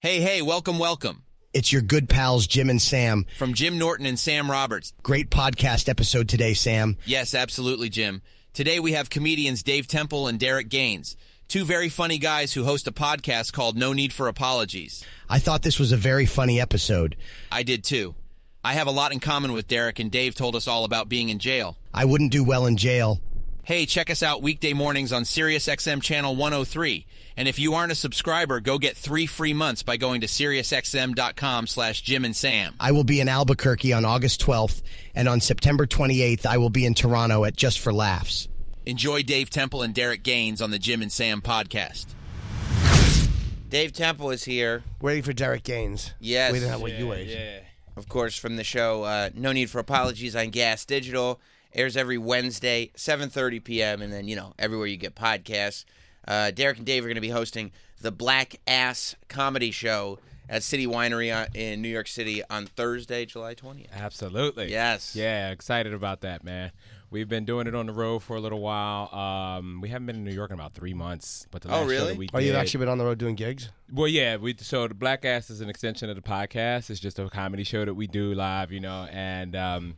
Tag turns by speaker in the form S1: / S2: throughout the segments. S1: Hey, hey, welcome, welcome.
S2: It's your good pals, Jim and Sam.
S1: From Jim Norton and Sam Roberts.
S2: Great podcast episode today, Sam.
S1: Yes, absolutely, Jim. Today we have comedians Dave Temple and Derek Gaines, two very funny guys who host a podcast called No Need for Apologies.
S2: I thought this was a very funny episode.
S1: I did too. I have a lot in common with Derek, and Dave told us all about being in jail.
S2: I wouldn't do well in jail.
S1: Hey, check us out weekday mornings on SiriusXM Channel 103. And if you aren't a subscriber, go get three free months by going to SiriusXM.com slash Jim and Sam.
S2: I will be in Albuquerque on August 12th, and on September 28th, I will be in Toronto at Just for Laughs.
S1: Enjoy Dave Temple and Derek Gaines on the Jim and Sam podcast. Dave Temple is here,
S2: Ready for Derek Gaines?
S1: Yes.
S2: We didn't have what you ate.
S1: of course, from the show uh, No Need for Apologies on Gas Digital. Airs every Wednesday, 7.30 p.m., and then, you know, everywhere you get podcasts. Uh, Derek and Dave are going to be hosting the Black Ass Comedy Show at City Winery on, in New York City on Thursday, July 20th.
S3: Absolutely.
S1: Yes.
S3: Yeah, excited about that, man. We've been doing it on the road for a little while. Um, we haven't been in New York in about three months, but the last show
S1: really?
S3: that we
S2: Oh, you've
S3: did-
S2: actually been on the road doing gigs?
S3: well, yeah. We so the Black Ass is an extension of the podcast. It's just a comedy show that we do live, you know, and um,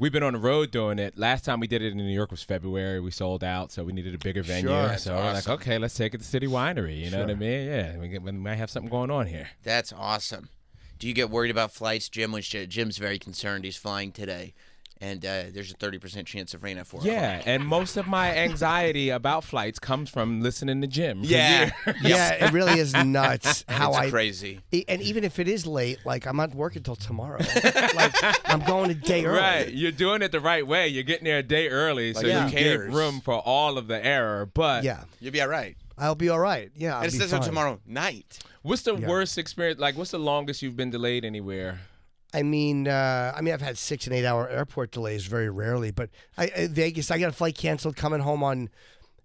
S3: we've been on the road doing it. Last time we did it in New York was February. We sold out, so we needed a bigger venue.
S2: That's
S3: so we're like, okay, let's take it to City Winery. You know what I mean? Yeah, we, get, we might have something going on here.
S1: That's awesome. Do you get worried about flights, Jim? Which uh, Jim's very concerned. He's flying today, and uh, there's a thirty percent chance of rain at four.
S3: Yeah, and most of my anxiety about flights comes from listening to Jim. for
S1: Yeah.
S3: years.
S2: Yeah, it really is nuts how
S1: it's
S2: I.
S1: crazy.
S2: E- And even if it is late, like I'm not working till tomorrow. like I'm going a day early.
S3: Right, you're doing it the right way. You're getting there a day early, so
S1: who
S3: you gave
S1: cares?
S3: room for all of the error. But
S2: Yeah,
S1: You'll be all right.
S2: I'll be all right. Yeah, I'll
S1: And it's
S2: be
S1: just on
S2: fine.
S1: tomorrow night.
S3: what's the worst experience? Like, what's the longest you've been delayed anywhere?
S2: I mean, uh, I mean, I've had six and eight hour airport delays very rarely, but I, I Vegas, I got a flight canceled coming home on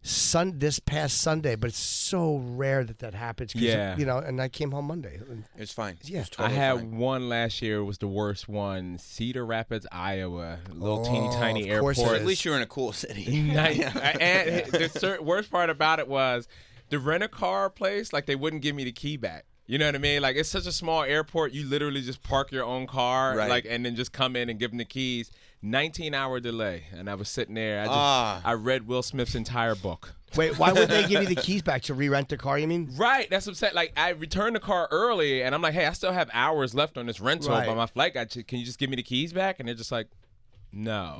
S2: sun this past Sunday, but it's so rare that that happens. 'cause,
S3: Yeah.
S2: you know, and I came home Monday. And
S1: It was fine.
S2: Yeah.
S1: it was totally
S3: I had
S1: fine.
S3: one last year. It was the worst one. Cedar Rapids, Iowa, little teeny
S2: Oh,
S3: tiny
S2: of course
S3: airport.
S2: it
S1: At least you're in a cool city.
S3: Nice. and the cer- worst part about it was the rent a car place, like they wouldn't give me the key back. You know what I mean? Like it's such a small airport, you literally just park your own car,
S1: Right.
S3: like, and then just come in and give them the keys. Nineteen hour delay, and I was sitting there. I just
S1: Ah.
S3: I read Will Smith's entire book.
S2: wait, why would they give you the keys back to re-rent the car? You mean?
S3: Right, that's what I'm saying. Like I returned the car early, and I'm like, hey, I still have hours left on this rental,
S2: Right.
S3: but my flight got. Can you just give me the keys back? And they're just like, no,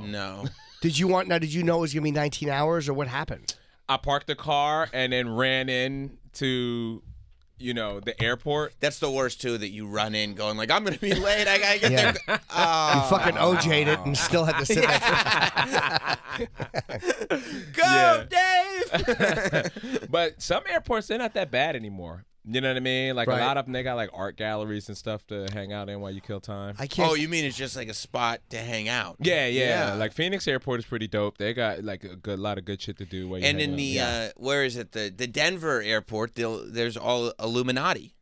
S1: no.
S2: Did you want now? Did you know it was gonna be 19 hours, or what happened?
S3: I parked the car and then ran in to, you know, the airport.
S1: That's the worst too. That you run in going like, I'm gonna be late. I gotta get
S2: Yeah.
S1: there. Oh,
S2: You fucking OJ'd it and still had to sit there.
S1: go, Dave.
S3: but some airports they're not that bad anymore. You know what I mean? Like
S2: Right.
S3: a lot of them, they got like art galleries and stuff to hang out in while you kill time.
S2: I can't.
S1: oh, you mean it's just like a spot to hang out?
S3: yeah, yeah,
S1: Yeah.
S3: Like Phoenix Airport is pretty dope. They got like a good lot of good shit to do. While you
S1: And
S3: hang
S1: in
S3: out.
S1: the
S3: Yeah.
S1: uh, where is it? The the Denver airport. they'll- There's all Illuminati.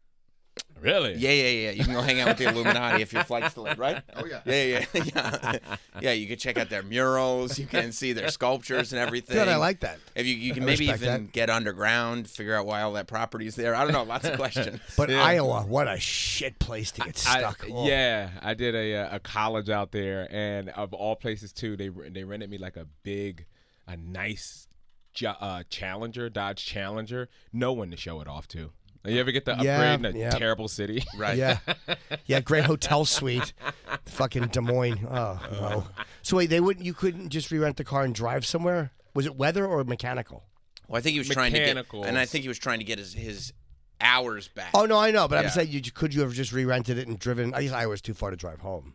S3: really
S1: Yeah, yeah, yeah. You can go hang out with the Illuminati if your flight's delayed, right? Oh yeah. Yeah, yeah, yeah. yeah, you can check out their murals. You can see their sculptures and everything.
S2: Good, I like that.
S1: If you, you can
S2: I
S1: maybe even
S2: respect that.
S1: get underground, figure out why all that property's there. I don't know. Lots of questions.
S2: But Iowa, what a shit place to get
S3: I-
S2: stuck. Oh.
S3: yeah, I did a uh, a college out there, and of all places too, they re- they rented me like a big, a nice, jo- uh, Challenger Dodge Challenger. No one to show it off to. You ever get the upgrade
S2: Yeah,
S3: in a
S2: yeah.
S3: terrible city?
S1: right.
S2: Yeah. Yeah, great hotel suite. Fucking Des Moines. Oh, no. So wait, they wouldn't you couldn't just re-rent the car and drive somewhere? Was it weather or mechanical?
S1: Well, I think he was trying to get,
S3: Mechanicals.
S1: and I think he was trying to get his his hours back.
S2: Oh no, I know, but
S1: Yeah.
S2: I'm saying you could you have just re-rented it and driven I guess I was too far to drive home.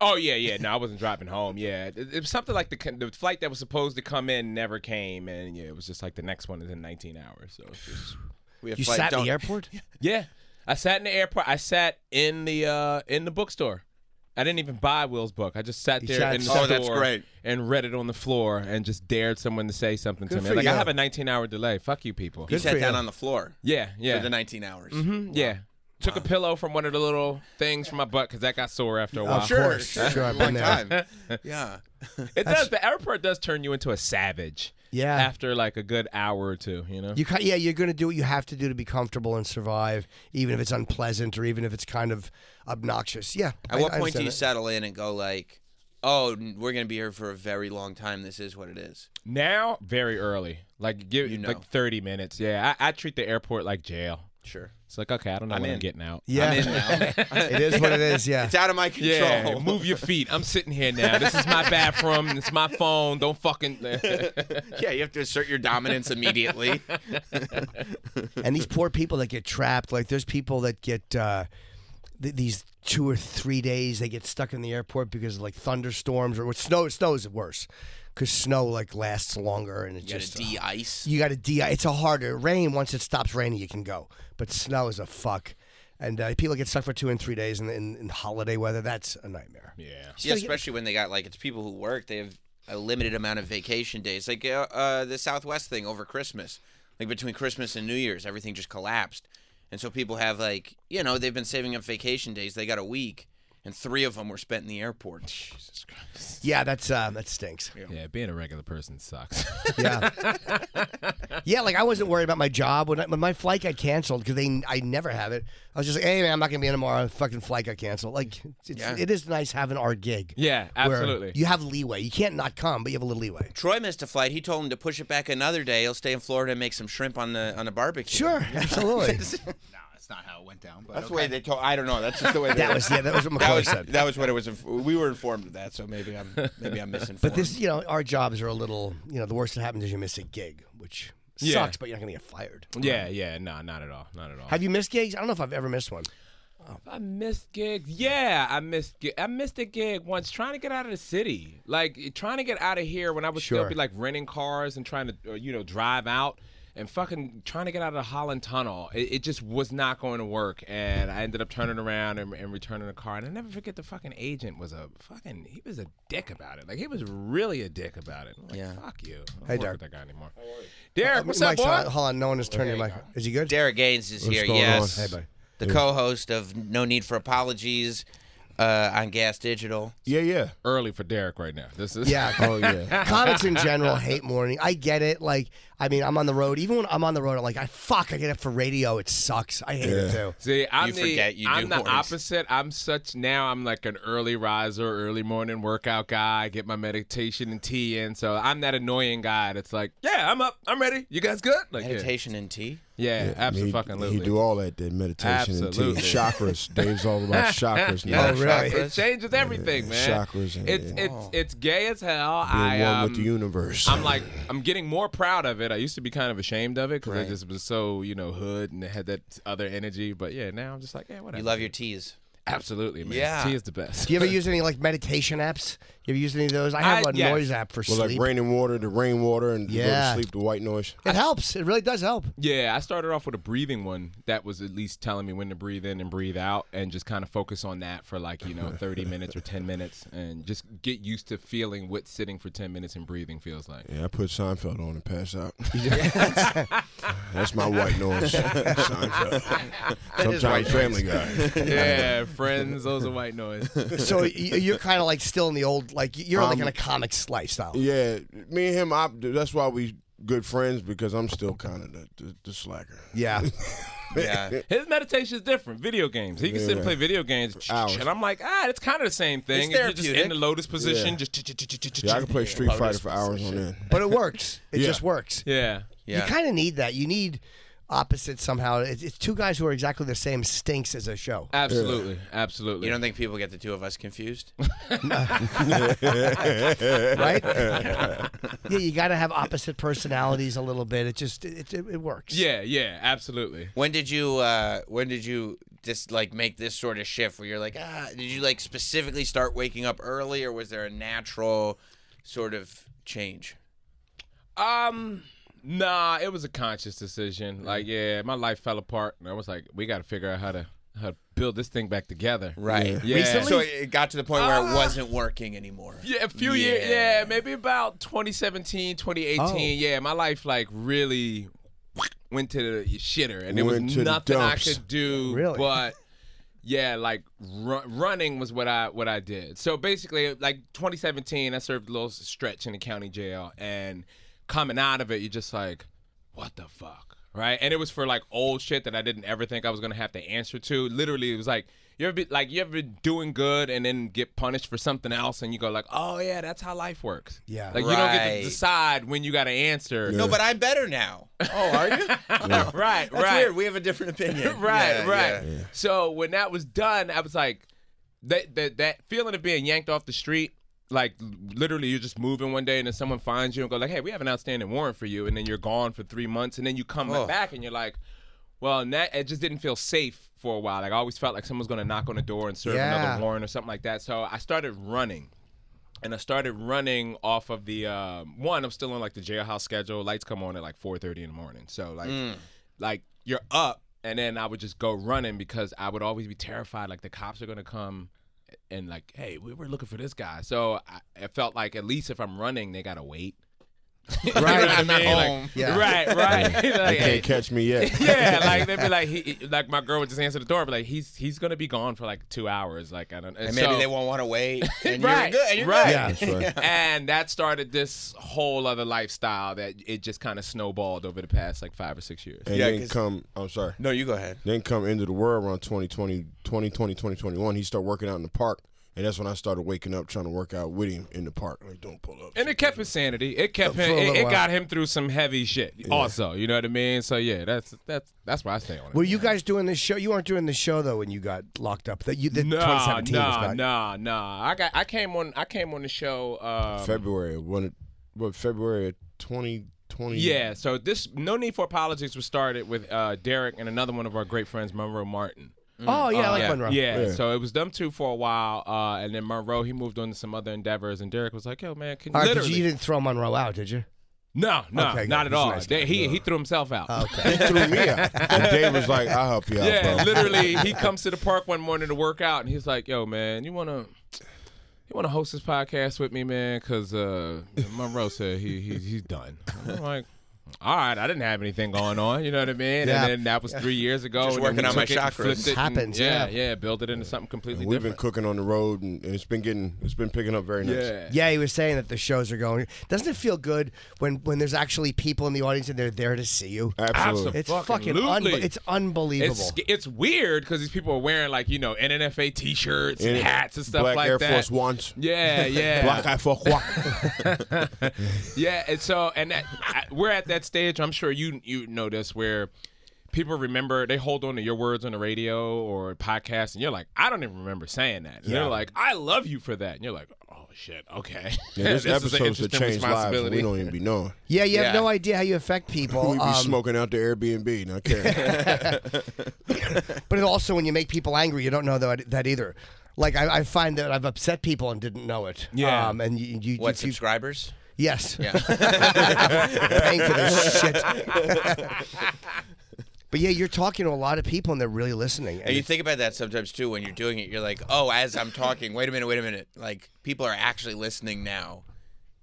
S3: Oh yeah, yeah. No, I wasn't driving home. Yeah, it, it was something like the the flight that was supposed to come in never came, and yeah, it was just like the next one is in 19 hours. So it's just
S1: We have
S2: You
S1: flight-
S2: sat in
S1: don't-
S2: the airport?
S3: yeah, I sat in the airport. I sat in the uh in the bookstore. I didn't even buy Will's book. I just sat
S2: You
S3: there
S2: sat
S3: in the
S1: inside.
S3: store
S1: Oh, that's great.
S3: and read it on the floor and just dared someone to say something
S2: Good
S3: to me.
S2: for
S3: Like I
S2: you.
S3: have a 19 hour delay. Fuck you people.
S1: You
S2: Good for Mm-hmm.
S1: sat down
S2: you.
S1: on the floor
S3: Yeah, yeah,
S1: for the 19 hours.
S3: Mhm, yeah. Took a pillow from one of the little things from my butt because that got sore after a while.
S2: Of
S1: Sure,
S2: course.
S1: sure.
S2: Sure, I've
S1: Long
S2: been there.
S1: time. yeah.
S3: It does. The airport does turn you into a savage.
S2: Yeah.
S3: after like a good hour or two, you know?
S2: You ki- yeah, you're going to do what you have to do to be comfortable and survive, even if it's unpleasant or even if it's kind of obnoxious. Yeah.
S1: At
S2: I-
S1: what
S2: I
S1: point do
S2: understand
S1: you
S2: that.
S1: settle in and go like, "Oh, n- we're gonna be here for a very long time. This is what it is."
S3: now, very early. Like give
S1: You know.
S3: like 30 minutes. Yeah, I, I treat the airport like jail.
S1: Sure.
S3: It's like, okay, I don't know
S1: I'm
S3: when
S1: in.
S3: I'm getting out.
S2: Yeah.
S1: I'm in now.
S2: it is what it is. Yeah.
S1: It's out of my control.
S3: Yeah, move your feet. I'm sitting here now. This is my bathroom. It's my phone. Don't fucking.
S1: yeah, you have to assert your dominance immediately.
S2: and these poor people that get trapped like there's people that get uh, th- these two or three days they get stuck in the airport because of like thunderstorms or what snow snow is worse because snow like lasts longer and it
S1: You gotta
S2: just
S1: de-ice.
S2: you got to de it's a harder rain once it stops raining you can go but snow is a fuck and uh, people get stuck for two and three days in, in, in holiday weather that's a nightmare
S3: yeah.
S1: Yeah, especially when they got like it's people who work. They have a limited amount of vacation days. Like uh, uh, the Southwest thing over Christmas, like between Christmas and New Year's, everything just collapsed, and so people have like you know they've been saving up vacation days. They got a week, and three of them were spent in the airport.
S2: yeah that's uh, that stinks
S3: Yeah, being a regular person sucks.
S2: Yeah. yeah, like I wasn't worried about my job when, I, when my flight got canceled because they I never have it. I was just like, hey man, I'm not gonna be in tomorrow. The fucking flight got canceled. Like it's,
S1: Yeah.
S2: it is nice having our gig.
S3: yeah,
S2: where
S3: absolutely.
S2: You have leeway. You can't not come, but you have a little leeway.
S1: Troy missed a flight. He told him to push it back another day. He'll stay in Florida and make some shrimp on the on a barbecue.
S2: Sure, absolutely.
S4: No, that's not how it went down. But
S1: That's
S4: okay.
S1: the way they told. I don't know. That's just the way they
S2: that was yeah, that was what
S1: That
S2: McCoy
S1: was,
S2: said.
S1: that was what it was. inf- We were informed of that, so maybe I'm maybe I'm misinformed.
S2: but this, you know, our jobs are a little. You know, the worst that happens is you miss a gig, which
S3: Yeah.
S2: sucks. But you're not gonna get fired.
S3: yeah, yeah, no, not at all, not at all.
S2: Have you missed gigs? I don't know if I've ever missed one.
S3: I missed gigs. Yeah, I missed. gi- I missed a gig once trying to get out of the city, like trying to get out of here when I would
S2: Sure.
S3: still be like renting cars and trying to, uh, you know, drive out and fucking trying to get out of the Holland Tunnel. It, it just was not going to work, and I ended up turning around and, and returning the car. And I never forget the fucking agent was a fucking. He was a dick about it. Like he was really a dick about it. I'm like,
S1: Yeah.
S3: fuck you. I don't
S2: Hey,
S3: work
S2: Derek. Uh,
S3: with that guy anymore. Derek, what's up,
S2: Mike's
S3: boy?
S2: on- Hold on, no one is turning your mic. Is he good?
S1: Derek Gaines is here.
S5: going
S1: yes,
S5: on? Hey, bud.
S1: the co-host of No Need for Apologies uh, on Gas Digital.
S5: Yeah, yeah.
S3: Early for Derek right now. This is
S2: Yeah.
S5: Oh yeah.
S2: Comics in general hate morning. I get it. Like, I mean, I'm on the road. Even when I'm on the road, I'm like, I fuck, I get up for radio. It sucks. I hate it too.
S3: See, I'm
S1: You
S3: the,
S1: forget you
S3: I'm
S1: do
S3: the
S1: mornings.
S3: opposite. I'm such now. I'm like an early riser, early morning workout guy. I get my meditation and tea in, so I'm that annoying guy that's like, yeah, I'm up, I'm ready. You guys good? Like, yeah.
S1: Meditation and tea.
S3: yeah,
S5: He-
S3: absolutely.
S5: He do all that, that meditation and
S3: Absolutely.
S5: tea. Chakras. Dave's all about chakras now.
S2: Oh, really?
S3: It changes everything, man.
S5: Chakras and-
S3: It's
S5: and
S3: it's it's gay as hell.
S5: Being
S3: I
S5: one
S3: um,
S5: with the universe.
S3: I'm like, I'm getting more proud of it. I used to be kind of ashamed of it because I just was so, you know, hood and had that other energy. But yeah, now I'm just like, yeah, whatever.
S1: You love your teas.
S3: absolutely, man.
S1: Yeah.
S3: Tea is the best.
S2: Do you ever use any like meditation apps? You ever use any of those? I have
S3: I-
S2: a
S3: yes.
S2: noise app for
S5: well,
S2: sleep.
S5: like rain and water, the rainwater, and you
S2: Yeah.
S5: go to sleep, the white noise.
S2: it helps. It really does help.
S3: Yeah, I started off with a breathing one that was at least telling me when to breathe in and breathe out and just kind of focus on that for like, you know, 30 minutes or 10 minutes and just get used to feeling what sitting for 10 minutes and breathing feels like.
S5: Yeah, I put Seinfeld on and pass out. That's my white noise. Seinfeld. Sometimes Family Guy.
S3: yeah, friends, those are white noise.
S2: So y- you're kind of like still in the old like you're like
S5: Um,
S2: in a comics lifestyle.
S5: Yeah, me and him. I, that's why we good friends because I'm still kind of the, the, the slacker.
S2: Yeah.
S1: Yeah.
S3: His meditation is different. Video games. He can sit and
S5: Yeah.
S3: play video games. ch- ch-
S5: Hours.
S3: And I'm like, ah, it's kind of the same thing. If you're just
S1: therapeutic.
S3: in the lotus position.
S5: Yeah.
S3: Just ch- ch- ch- ch- ch-
S5: Yeah, I can play
S3: ch-
S5: Street Fighter for hours on end.
S2: But it works. It
S5: Yeah.
S2: just works.
S3: Yeah.
S1: Yeah.
S2: You kind of need that. You need opposites somehow. It's, it's two guys who are exactly the same stinks as a show.
S3: Absolutely. Absolutely.
S1: You don't think people get the two of us confused?
S2: right? yeah, you got to have opposite personalities a little bit. It just it, it, it works.
S3: yeah, yeah, absolutely.
S1: When did you uh when did you just like make this sort of shift where you're like, ah did you like specifically start waking up early or was there a natural sort of change?
S3: Um, nah, it was a conscious decision. Like, yeah, my life fell apart, and I was like, we got to figure out how to how to build this thing back together.
S1: Right.
S3: Yeah.
S1: So it got to the point where it wasn't working anymore.
S3: Yeah, a few years. Yeah, maybe about 2017, 2018.
S2: Oh.
S3: Yeah, my life like really went to the shitter, and there
S5: Went
S3: was
S5: to the
S3: nothing I
S5: dumps.
S3: could do.
S2: Really?
S3: But yeah, like ru- running was what I what I did. So basically, like 2017, I served a little stretch in the county jail, and coming out of it, you're just like, what the fuck? Right? And it was for like old shit that I didn't ever think I was gonna have to answer to. Literally, it was like you ever be like you ever been doing good and then get punished for something else and you go like, Oh yeah, that's how life works.
S2: Yeah.
S3: Like you don't get
S1: Right.
S3: to decide when you gotta answer.
S1: No, but I'm better now. Oh, are you?
S3: right, right.
S1: That's weird. We have a different opinion.
S3: right,
S1: Yeah,
S3: right.
S1: yeah.
S3: So when that was done, I was like, that that that feeling of being yanked off the street, like literally you're just moving one day and then someone finds you and go like, hey, we have an outstanding warrant for you, and then you're gone for three months, and then you come
S1: Oh.
S3: back and you're like, well, and that it just didn't feel safe for a while. Like I always felt like someone's gonna knock on the door and serve
S2: Yeah.
S3: another warrant or something like that. So I started running and I started running off of the um, one. I'm still on like the jailhouse schedule. Lights come on at like 4:30 in the morning, so like,
S1: Mm.
S3: like you're up, and then I would just go running because I would always be terrified like the cops are gonna come and like, hey, we were looking for this guy. So I, I felt like at least if I'm running, they gotta wait. You know
S2: Right,
S3: what I
S1: I'm not
S3: mean? Like,
S1: home.
S2: Yeah.
S3: Right, right. Like,
S5: They
S3: hey,
S5: can't catch me yet.
S3: yeah, like they'd be like, he, like my girl would just answer the door, but like he's he's gonna be gone for like two hours, like I don't.
S1: And maybe
S3: so-
S1: they won't want to wait. And
S3: Right,
S1: you're good. And you're
S3: right.
S1: good.
S2: Yeah.
S5: That's right.
S3: and that started this whole other lifestyle that it just kind of snowballed over the past like five or six years.
S5: And
S1: Yeah,
S5: then
S1: 'cause-
S5: come, I'm sorry.
S1: No, you go ahead.
S5: Then come into the world around 2020, 2020, 2021. He started working out in the park, and that's when I started waking up trying to work out with him in the park. Like, don't pull up.
S3: And it kept his sanity. It kept
S2: For
S3: him.
S2: a little
S3: It, it
S2: while.
S3: got him through some heavy shit. Also, you know what I mean. So yeah, that's that's that's why I stay on it.
S2: Were you guys doing this show? You weren't doing the show though when you got locked up. That you that 2017
S3: no,
S2: was not.
S3: no, no. I got. I came on. I came on the show. Um,
S5: February, when it, what February of 2020?
S3: Yeah, so this No Need for Apologies was started with uh, Derek and another one of our great friends, Monroe Martin.
S2: Oh yeah, I like
S3: yeah.
S2: Monroe.
S3: Yeah.
S5: Yeah.
S3: so it was them two for a while, uh, and then Monroe he moved on to some other endeavors, and Derek was like, "Yo, man, can
S2: All right, but
S3: literally
S2: you didn't throw Monroe out, did you?
S3: no, no,
S2: Okay, good.
S3: not at
S2: He's a
S3: all."
S2: nice Uh,
S3: They- he he threw himself out.
S5: He threw me out. And Dave was like, I'll help you out,
S3: yeah,
S5: bro.
S3: literally, he comes to the park one morning to work out, and he's like, "Yo, man, you wanna." You want to host this podcast with me, man? Because uh, Monroe said he, he he's done. I'm like, all right, I didn't have anything going on. You know what I mean?
S2: Yeah.
S3: And then that was three years ago.
S1: Just
S3: and then
S1: working
S3: we
S1: on my
S3: took it and
S1: chakras.
S3: flipped it and-
S2: Happens,
S3: yeah,
S2: yeah.
S3: yeah. Built it into something completely
S5: We've been
S3: different.
S5: cooking on the road, and, and it's been getting, it's been picking up very nice.
S3: yeah.
S2: Yeah, he was saying that the shows are going. Doesn't it feel good when when there's actually people in the audience and they're there to see you?
S5: Absolutely.
S2: It's
S3: Fucking
S2: fucking unbe-
S3: lutely.
S2: it's unbelievable.
S3: It's it's weird because these people are wearing like you know NNFA T-shirts and,
S5: it-
S3: hats and stuff
S5: Black
S3: like
S5: Air
S3: that.
S5: Force Ones.
S3: Yeah, yeah,
S5: Black Eye Force One.
S3: yeah. And so and that, I, we're at that stage. I'm sure you you know this where people remember they hold on to your words on the radio or podcast, and you're like, I don't even remember saying that. And They're like, I love you for that, and you're like, Oh shit, okay.
S5: Yeah, this,
S3: is an
S5: episode's to
S3: interesting
S5: change lives. and
S3: responsibility.
S5: We don't even be knowing.
S2: yeah, you
S1: Yeah.
S2: have no idea how you affect
S3: Oh,
S2: people.
S5: we be
S2: um,
S5: smoking out the Airbnb. Not caring.
S2: But it also, when you make people angry, you don't know that, that either. Like I, I find that I've upset people and didn't know it.
S3: Yeah.
S2: Um, and you, you,
S1: What
S2: you,
S1: subscribers?
S2: yes.
S1: Yeah.
S2: Paying for this shit. but yeah, you're talking to a lot of people and they're really listening.
S1: And you
S2: it's-
S1: think about that sometimes too when you're doing it. You're like, oh, as I'm talking, wait a minute, wait a minute. Like people are actually listening now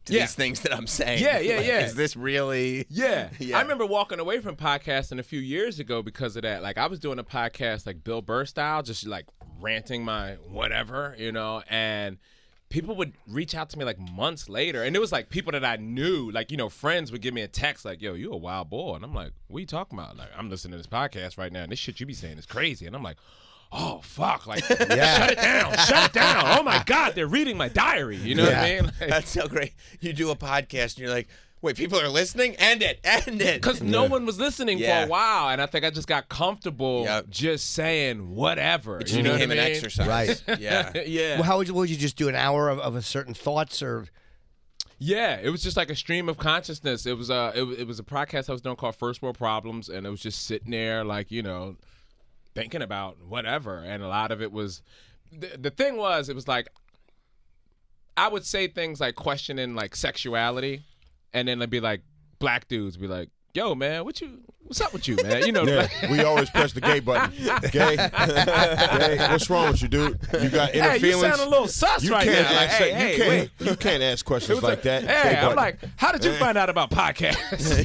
S1: to
S3: Yeah.
S1: these things that I'm saying.
S3: Yeah, yeah,
S1: Like,
S3: yeah.
S1: Is this really?
S3: Yeah.
S1: Yeah.
S3: I remember walking away from podcasting a few years ago because of that. Like I was doing a podcast like Bill Burr style, just like ranting my whatever, you know, and people would reach out to me like months later. And it was like people that I knew, like, you know, friends would give me a text like, yo, you a wild boy. And I'm like, what you talking about? Like, I'm listening to this podcast right now and this shit you be saying is crazy. And I'm like, Oh fuck! Like, shut it down! Shut it down! Oh my God, they're reading my diary. You know
S2: Yeah.
S3: what I mean? Like-
S1: That's so great. You do a podcast and you're like, wait, people are listening? End it. End it.
S3: because no one was listening
S1: Yeah.
S3: for a while, and I think I just got comfortable
S1: Yep.
S3: just saying whatever. you know
S1: became
S3: what I
S1: an
S3: mean?
S1: exercise.
S2: Right.
S1: Yeah.
S3: yeah,
S2: Well, how would you, would you just do an hour of, of a certain thoughts or?
S3: yeah. It was just like a stream of consciousness. It was a it, wa- it was a podcast I was doing called First World Problems, and it was just sitting there like you know, thinking about whatever, and a lot of it was. The, the thing was, it was like I would say things like questioning like sexuality, and then it'd be like black dudes be like, "Yo, man, what you? What's up with you, man? You know,
S5: yeah,
S3: like-
S5: we always press the gay button. Gay, gay. What's wrong with you, dude? You got inner
S3: hey, you
S5: feelings.
S3: sound a little sus
S5: You
S3: right
S5: can't
S3: now. Like,
S5: ask.
S3: hey,
S5: you
S3: hey,
S5: can't.
S3: wait.
S5: You can't ask questions like that.
S3: Hey,
S5: Gay
S3: I'm
S5: button.
S3: like, how did you find out about podcasts?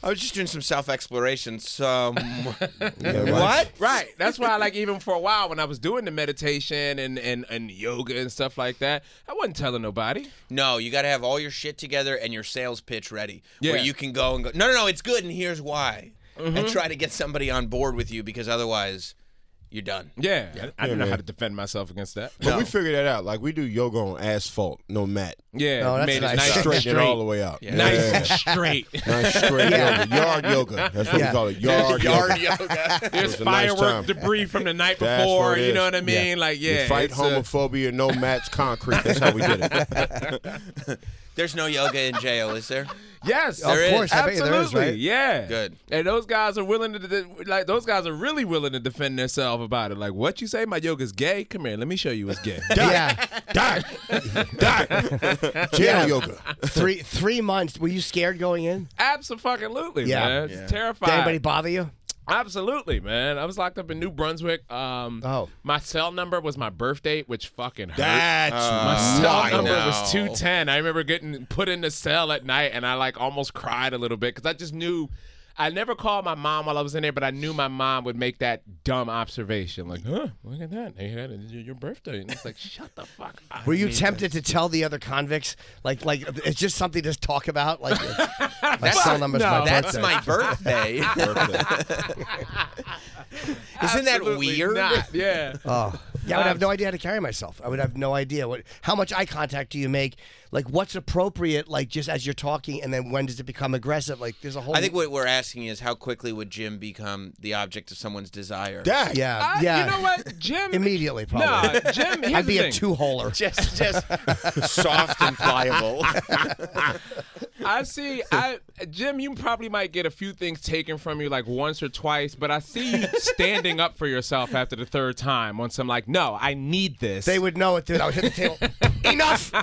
S1: I was just doing some self exploration. So,
S5: Yeah,
S1: what?
S3: Right. That's why, like, even for a while when I was doing the meditation and, and, and yoga and stuff like that, I wasn't telling nobody.
S1: No, you got to have all your shit together and your sales pitch ready.
S3: Yeah.
S1: Where you can go and go, no, no, no, it's good, and here's why. And try to get somebody on board with you because otherwise you're done.
S3: Yeah. I, I didn't know
S5: man.
S3: how to defend myself against that.
S5: But we figured that out. Like we do yoga on asphalt, no mat.
S3: Yeah.
S2: No, that's
S3: made it
S2: nice.
S3: nice and
S5: Straighten
S3: straight.
S5: it all the way out. Yeah.
S3: Nice and straight.
S5: Nice straight yoga. Yard yoga. That's what
S2: Yeah.
S5: we call it. Yard,
S1: Yard
S5: yoga.
S1: yoga.
S3: There's
S5: was a nice
S3: firework
S5: time.
S3: debris from the night
S5: That's
S3: before.
S5: what it
S3: You know
S5: is.
S3: what I mean? Like, yeah.
S5: You fight
S3: it's, uh,
S5: homophobia, no mats, concrete. That's how we did it.
S1: There's no yoga in jail, is there?
S3: yes.
S2: Of
S1: There is.
S2: course, I bet you
S3: Absolutely.
S2: there is, right?
S3: Yeah.
S1: Good.
S3: And those guys are willing to de- like those guys are really willing to defend themselves about it. Like, what you say? My yoga's gay? Come here, let me show you it's gay.
S2: Yeah,
S5: Die, die. Jail yoga.
S2: three three months. Were you scared going in?
S3: Absolutely,
S2: Yeah.
S3: man. It's
S2: Did
S3: terrifying.
S2: anybody bother you?
S3: Absolutely, man. I was locked up in New Brunswick. Um,
S2: Oh.
S3: my cell number was my birth date, which fucking hurt.
S5: That's
S3: my
S1: Uh, I
S3: cell number
S1: know.
S3: was 210. I remember getting put in the cell at night and I like almost cried a little bit because I just knew I never called my mom while I was in there, but I knew my mom would make that dumb observation like, huh, look at that. Hey, that is your your birthday. And it's like, shut the fuck up.
S2: Were you tempted to tell the other convicts like like it's just something to talk about? Like my cell number's
S3: no.
S2: my
S1: That's
S2: birthday.
S1: my birthday.
S5: Birthday.
S1: Isn't that
S3: Absolutely
S1: weird?
S3: not. Yeah.
S2: Oh. Yeah, I would have no idea how to carry myself. I would have no idea what how much eye contact do you make? Like what's appropriate like just as you're talking and then when does it become aggressive? Like there's a whole
S1: I think what we're asking is how quickly would Jim become the object of someone's desire?
S5: Die.
S2: Yeah.
S3: I-
S2: yeah.
S3: Uh, You know what? Jim.
S2: Immediately probably.
S3: Nah, Jim, here's
S2: I'd be
S3: the
S2: a
S3: thing.
S2: two holer.
S1: Just, just soft and pliable.
S3: I see. I Jim, you probably might get a few things taken from you like once or twice, but I see you standing up for yourself after the third time. Once I'm like, no, I need this.
S2: They would know it, dude. I would hit the table. enough!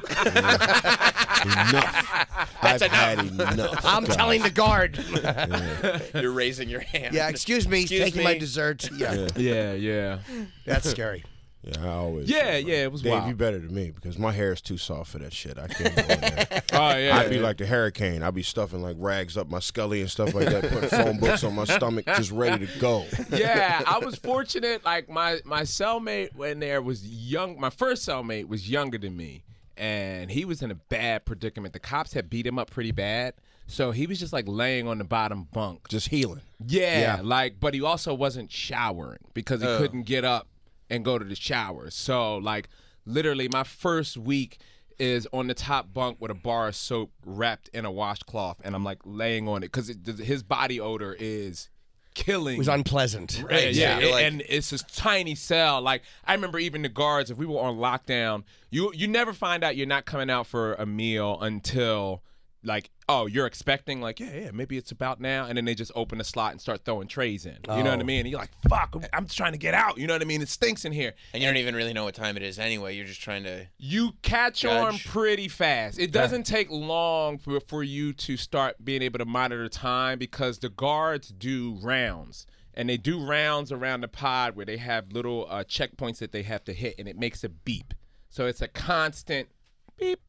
S5: Enough. That's I've had enough.
S2: I'm
S5: God.
S2: telling the guard.
S1: You're raising your hand.
S2: yeah, excuse me,
S1: Excuse
S2: taking
S1: me.
S2: my dessert. Yeah.
S3: Yeah, yeah,
S2: That's scary.
S5: Yeah, I always.
S3: yeah, yeah. It was
S5: Dave,
S3: wild.
S5: you better than me because my hair is too soft for that shit. I can't. Go in there.
S3: oh yeah.
S5: I'd be like the hurricane. I'd be stuffing like rags up my scully and stuff like that, putting phone books on my stomach, just ready to go.
S3: yeah, I was fortunate. Like my my cellmate when there was young. My first cellmate was younger than me, and he was in a bad predicament. The cops had beat him up pretty bad, so he was just like laying on the bottom bunk,
S5: Just healing.
S3: Yeah,
S5: Yeah.
S3: like, but he also wasn't showering because he couldn't get up and go to the shower. So, like, literally, my first week is on the top bunk with a bar of soap wrapped in a washcloth, and I'm like laying on it because his body odor is killing.
S2: It was unpleasant.
S3: Yeah, yeah,
S1: you're like-
S3: and it's this tiny cell. Like I remember, even the guards, if we were on lockdown, you you never find out you're not coming out for a meal until like oh you're expecting like yeah yeah maybe it's about now, and then they just open a slot and start throwing trays in. You know what I
S2: Oh.
S3: mean? And you're like fuck, I'm- I'm just trying to get out. You know what I mean? It stinks in here.
S1: And you don't even really know what time it is anyway. You're just trying to.
S3: You catch on
S1: Judge.
S3: pretty fast. It doesn't take long for, for you to start being able to monitor time because the guards do rounds. And they do rounds around the pod where they have little uh, checkpoints that they have to hit, and it makes a beep. So it's a constant beep,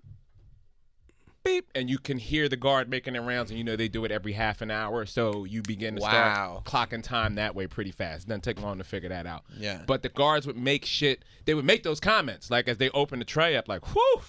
S3: beep, and you can hear the guard making their rounds, and you know they do it every half an hour. So you begin to
S1: Wow.
S3: start clocking time that way pretty fast. doesn't take long to figure that out.
S1: Yeah.
S3: But the guards would make shit. They would make those comments like as they open the tray up, like, "Whoo,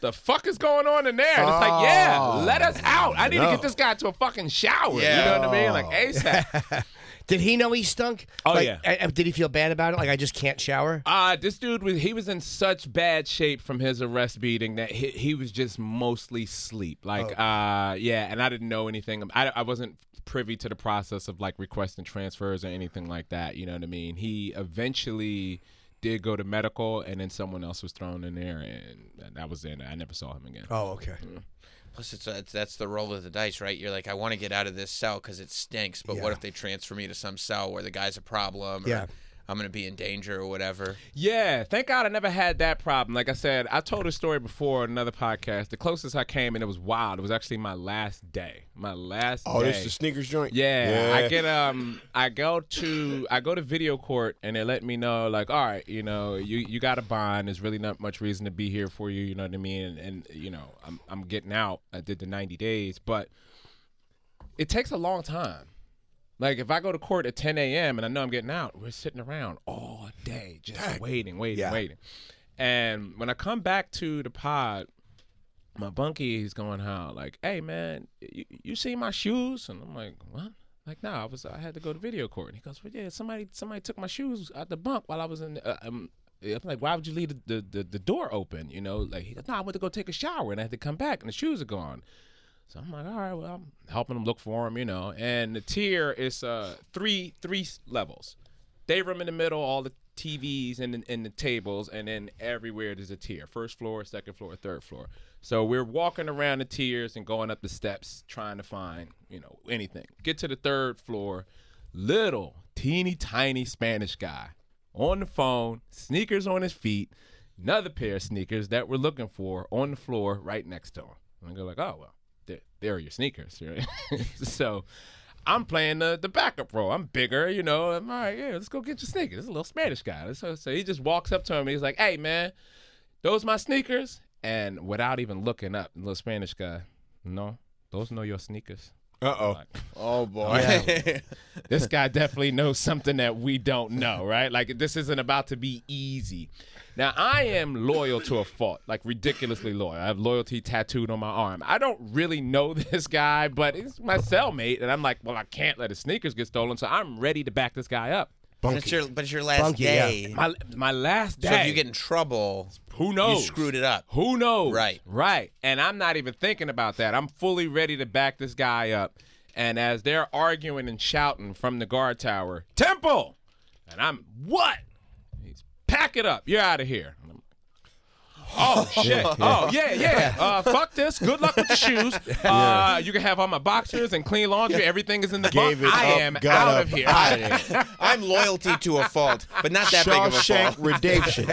S3: the fuck is going on in there?" And it's like, "Yeah, let us out. I need to get this guy to a fucking shower." You know what I mean? Like ASAP.
S2: Did he know he stunk?
S3: Oh,
S2: Like,
S3: yeah.
S2: a- a- did he feel bad about it? Like I just can't shower.
S3: uh, this dude was he was in such bad shape from his arrest beating that he, he was just mostly sleep. Like, uh, yeah, and I didn't know anything. I, I wasn't privy to the process of like requesting transfers or anything like that. You know what I mean? He eventually did go to medical, and then someone else was thrown in there, and that was it. I never saw him again.
S2: Oh, okay.
S1: Plus, it's, it's that's the roll of the dice, right? You're like, I want to get out of this cell because it stinks. But what
S2: Yeah.
S1: if they transfer me to some cell where the guy's a problem? Or
S2: Yeah.
S1: I'm gonna be in danger or whatever.
S3: Yeah, thank God I never had that problem. Like I said, I told a story before on another podcast. The closest I came, and it was wild. It was actually my last day. My last
S5: Oh,
S3: day.
S5: this is the sneakers joint.
S3: Yeah, I get um, I go to I go to video court and they let me know like, all right, you know, you you got a bond. There's really not much reason to be here for you. You know what I mean? And, and you know, I'm I'm getting out. I did the 90 days, but it takes a long time. Like if I go to court at 10 a.m. and I know I'm getting out, we're sitting around all day just waiting, waiting, waiting. And when I come back to the pod, my bunkie he's going how like, hey man, you, you see my shoes? And I'm like, what? Like no, I was I had to go to video court. And he goes, well yeah, somebody somebody took my shoes out the bunk while I was in. Uh, um, I'm like, why would you leave the, the, the, the door open? You know, like he goes, no, I went to go take a shower and I had to come back and the shoes are gone. So I'm like, all right, well, I'm helping them look for them, you know. And the tier is uh, three three levels. Day room in the middle, all the TVs and and the tables, and then everywhere there's a tier. First floor, second floor, third floor. So we're walking around the tiers and going up the steps, trying to find you know anything. Get to the third floor, little teeny tiny Spanish guy on the phone, sneakers on his feet, another pair of sneakers that we're looking for on the floor right next to him. And I go like, oh well, there, there are your sneakers, right? so I'm playing the, the backup role. I'm bigger, you know. I'm all right, yeah, let's go get your sneakers. This is a little Spanish guy. So, so he just walks up to him. he's like, hey, man, those my sneakers? And without even looking up, the little Spanish guy, no, those know your sneakers.
S5: Uh oh. Oh boy.
S3: this guy definitely knows something that we don't know, right? Like this isn't about to be easy. Now I am loyal to a fault, like ridiculously loyal. I have loyalty tattooed on my arm. I don't really know this guy, but he's my cellmate, and I'm like, well, I can't let his sneakers get stolen, so I'm ready to back this guy up.
S1: But it's your but it's your last
S2: Bunky, yeah.
S1: day.
S3: My my last day.
S1: So if you get in trouble,
S3: Who knows?
S1: You screwed it up.
S3: Who knows?
S1: Right.
S3: Right. And I'm not even thinking about that. I'm fully ready to back this guy up. And as they're arguing and shouting from the guard tower, Temple! And I'm, what? He's, pack it up. You're out of here. And I'm, Oh shit! Oh yeah, yeah. Uh, fuck this. Good luck with the shoes. Uh, you can have all my boxers and clean laundry. Everything is in the bunk.
S5: Gave it
S3: I
S5: up,
S3: am
S5: got
S3: out
S5: up,
S3: of here.
S1: I'm loyalty to a fault, but not that big of a
S5: Shawshank
S1: fault.
S5: Redemption.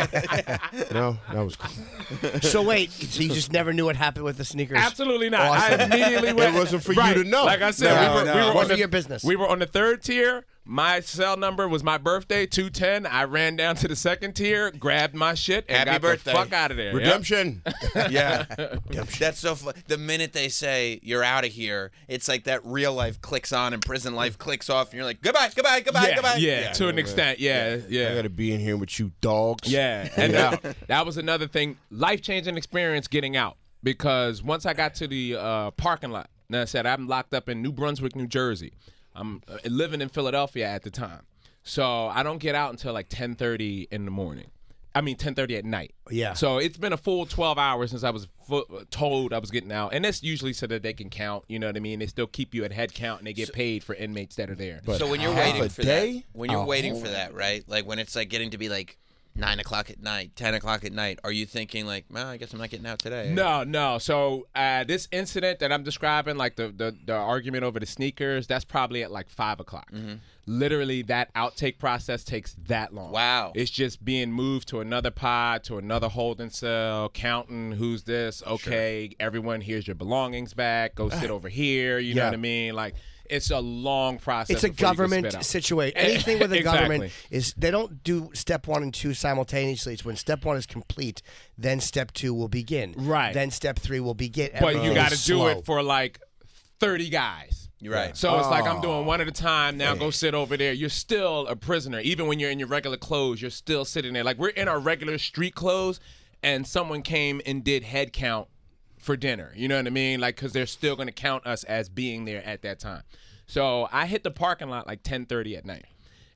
S5: no, that was cool.
S2: So wait, so you just never knew what happened with the sneakers.
S3: Absolutely not. I immediately went.
S5: It wasn't for you
S3: Right.
S5: to know.
S3: Like I said,
S5: No,
S3: we were,
S5: no.
S3: we were on
S2: Wasn't
S3: the,
S2: your business.
S3: We were on the third tier. My cell number was my birthday, two ten. I ran down to the second tier, grabbed my shit, and
S1: Happy
S3: got
S1: birthday.
S3: the fuck out of there.
S5: Redemption.
S1: Yeah, that's so. Fu- the minute they say you're out of here, it's like that real life clicks on and prison life clicks off, and you're like, goodbye, goodbye, goodbye,
S3: Yeah,
S1: goodbye.
S3: yeah, to an extent. Yeah, yeah.
S5: I gotta be in here with you dogs.
S3: Yeah, and That, that was another thing, life changing experience getting out because once I got to the uh, parking lot, and I said I'm locked up in New Brunswick, New Jersey. I'm uh, living in Philadelphia at the time, so I don't get out until like 10:30 in the morning. I mean 10:30 at night.
S2: Yeah.
S3: So it's been a full 12 hours since I was fu- uh, told I was getting out, and that's usually so that they can count. You know what I mean? They still keep you at head count, and they get paid for inmates that are there.
S1: So when you're
S5: half
S1: waiting
S5: a
S1: for that,
S5: day? Oh,
S1: when you're waiting for that, right? Like when it's like getting to be like nine o'clock at night, ten o'clock at night, are you thinking like, well, I guess I'm not getting out today?
S3: No, no. So uh, this incident that I'm describing, like the, the the argument over the sneakers, that's probably at like five o'clock.
S2: Mm-hmm.
S3: Literally, that outtake process takes that long.
S1: Wow.
S3: It's just being moved to another pod, to another holding cell, counting who's this. Okay, everyone, here's your belongings back. Go sit over here. You know
S2: Yeah.
S3: what I mean? Like it's a long
S2: It's
S3: process.
S2: a
S3: before you can spit
S2: government
S3: out. Eh,
S2: situation. Anything with a government
S3: Exactly.
S2: is they don't do step one and two simultaneously. It's when step one is complete, then step two will begin.
S3: Right.
S2: Then step three will begin.
S3: but you
S2: Everything
S3: got to
S2: is
S3: do
S2: slow.
S3: it for like 30 guys.
S1: You're right.
S3: So it's like I'm doing one at a time. Now go sit over there. You're still a prisoner, even when you're in your regular clothes. You're still sitting there. Like we're in our regular street clothes, and someone came and did head count for dinner. You know what I mean? Like because they're still gonna count us as being there at that time. So I hit the parking lot like 10:30 at night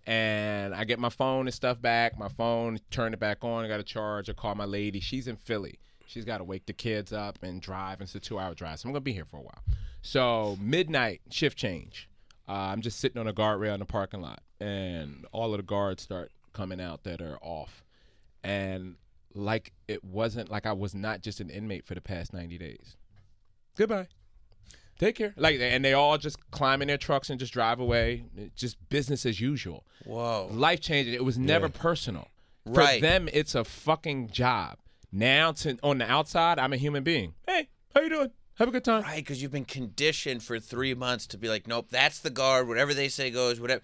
S3: and I get my phone and stuff back. My phone, turn it back on. I got to charge. I call my lady. She's in Philly. She's got to wake the kids up and drive. It's a two-hour drive, so I'm gonna be here for a while. So midnight shift change. Uh, I'm just sitting on a guardrail in the parking lot, and all of the guards start coming out that are off, and like it wasn't like I was not just an inmate for the past 90 days. Goodbye. Take care. Like, and they all just climb in their trucks and just drive away. Just business as usual
S1: Whoa.
S3: life changing. It was never personal.
S1: Right.
S3: For them, it's a fucking job. Now, to, on the outside, I'm a human being. Hey, how you doing? Have a good time.
S1: Right, because you've been conditioned for three months to be like, nope, that's the guard. Whatever they say goes. Whatever.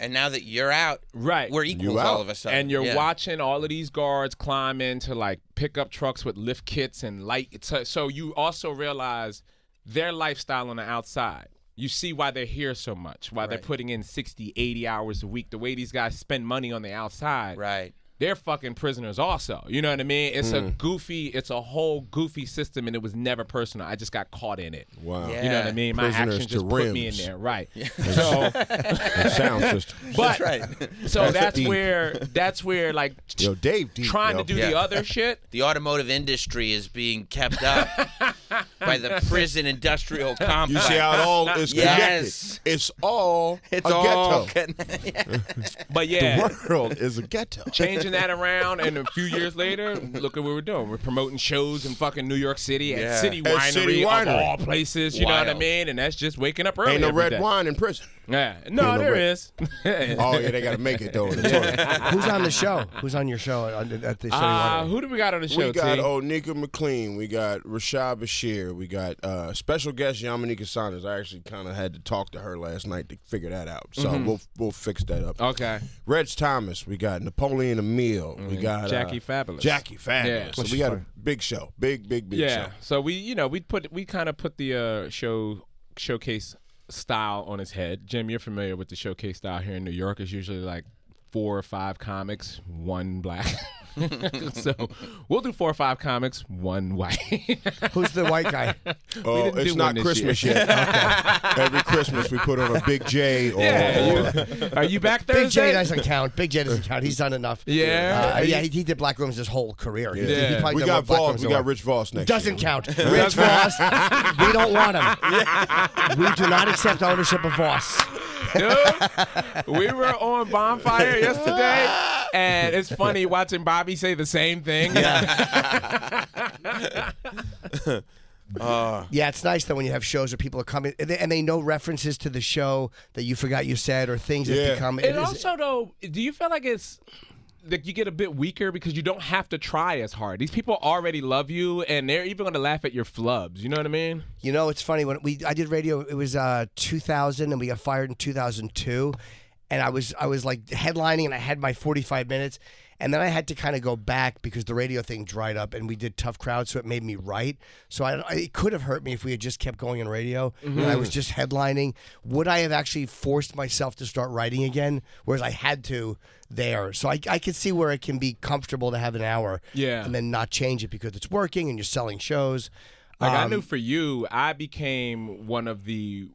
S1: And now that you're out,
S3: Right.
S1: we're equals
S5: out.
S1: all of a sudden.
S3: And you're
S1: Yeah.
S3: watching all of these guards climb into like pickup trucks with lift kits and light. So, so you also realize their lifestyle on the outside you see why they're here so much, why they're putting in 60, 80 hours a week, the way these guys spend money on the outside.
S1: Right.
S3: They're fucking prisoners also. You know what I mean? It's
S5: Hmm.
S3: a goofy, it's a whole goofy system and it was never personal. I just got caught in it.
S5: Wow.
S1: Yeah.
S3: You know what I mean? My
S5: Prisoners
S3: actions
S5: to
S3: just put me in
S5: rims.
S3: there. Right. So
S5: The sound system.
S3: but
S1: That's right.
S3: so that's
S5: deep.
S3: where that's where like
S5: Yo, Dave, deep,
S3: trying
S5: yo.
S3: to do
S1: Yeah.
S3: the other shit
S1: The automotive industry is being kept up by the prison industrial complex.
S5: You see how it all is connected.
S1: Yes.
S5: It's all
S1: it's
S5: a
S1: all
S5: ghetto.
S1: connected.
S3: But yeah,
S5: The world is a ghetto.
S3: changing that around, and a few years later, look at what we're doing. We're promoting shows in fucking New York City at
S1: Yeah.
S3: City Winery,
S5: At City
S3: of
S5: Winery.
S3: all places. You know what I
S1: Wild.
S3: mean? And that's just waking up early.
S5: Ain't no
S3: every
S5: red
S3: day.
S5: wine in prison.
S3: Yeah, no,
S5: no
S3: there
S5: red-
S3: is.
S5: Oh yeah, they gotta make it though. in the toilet.
S2: Who's on the show? Who's on your show at, at the show?
S3: uh, who do we got on the show?
S5: we got
S3: T?
S5: old Nika McLean. We got Rashad Bashir. We got uh, special guest Yamanika Saunders. I actually kind of had to talk to her last night to figure that out. So we'll we'll fix that up.
S3: Mm-hmm. okay,
S5: Reg Thomas. We got Napoleon Emile. We got uh,
S3: Mm-hmm. Jackie Fabulous.
S5: Jackie Fabulous.
S3: Yeah.
S5: So we got a big show. Big big big
S3: Yeah,
S5: show.
S3: so we you know we put we kind of put the uh, show showcase style on his head. Jim, you're familiar with the showcase style here in New York. It's usually like four or five comics, one black. so we'll do four or five comics, one white.
S2: Who's the white guy?
S5: Oh,
S3: didn't do
S5: it's
S3: one
S5: not
S3: this
S5: Christmas yet. Okay. Every Christmas we put on a Big J or, or-
S3: yeah, you- are you back Thursday?
S2: Big J doesn't count. Big J doesn't count. He's done enough.
S3: Yeah.
S2: Uh, yeah. He, he did black rooms his whole career. He-
S3: Yeah.
S2: He, probably
S5: we
S2: done
S5: got
S2: more black
S5: Voss.
S2: rooms
S5: We
S2: than
S5: got
S2: white.
S5: Rich Voss next.
S2: Doesn't
S5: year.
S2: count. Rich Voss. we don't want him. We do not accept ownership of Voss.
S3: Dude, we were on bonfire yesterday, and it's funny watching Bobby say the same thing.
S2: Yeah, it's nice though when you have shows where people are coming and they, and they know references to the show that you forgot you said or things
S5: Yeah.
S2: that become.
S3: It
S2: is-
S3: also though, do you feel like it's like you get a bit weaker because you don't have to try as hard? These people already love you, and they're even going to laugh at your flubs. You know what I mean?
S2: You know, it's funny when we I did radio. It was uh, 2000, and we got fired in 2002. And I was I was like headlining, and I had my 45 minutes, and then I had to kind of go back because the radio thing dried up, and we did tough crowds, so it made me write. So I, I- it could have hurt me if we had just kept going in radio, and I was just headlining. Would I have actually forced myself to start writing again, whereas I had to there? So I I could see where it can be comfortable to have an hour,
S3: Yeah.
S2: and then not change it because it's working and you're selling shows.
S3: Like
S5: Um,
S3: I knew for you, I became one of the,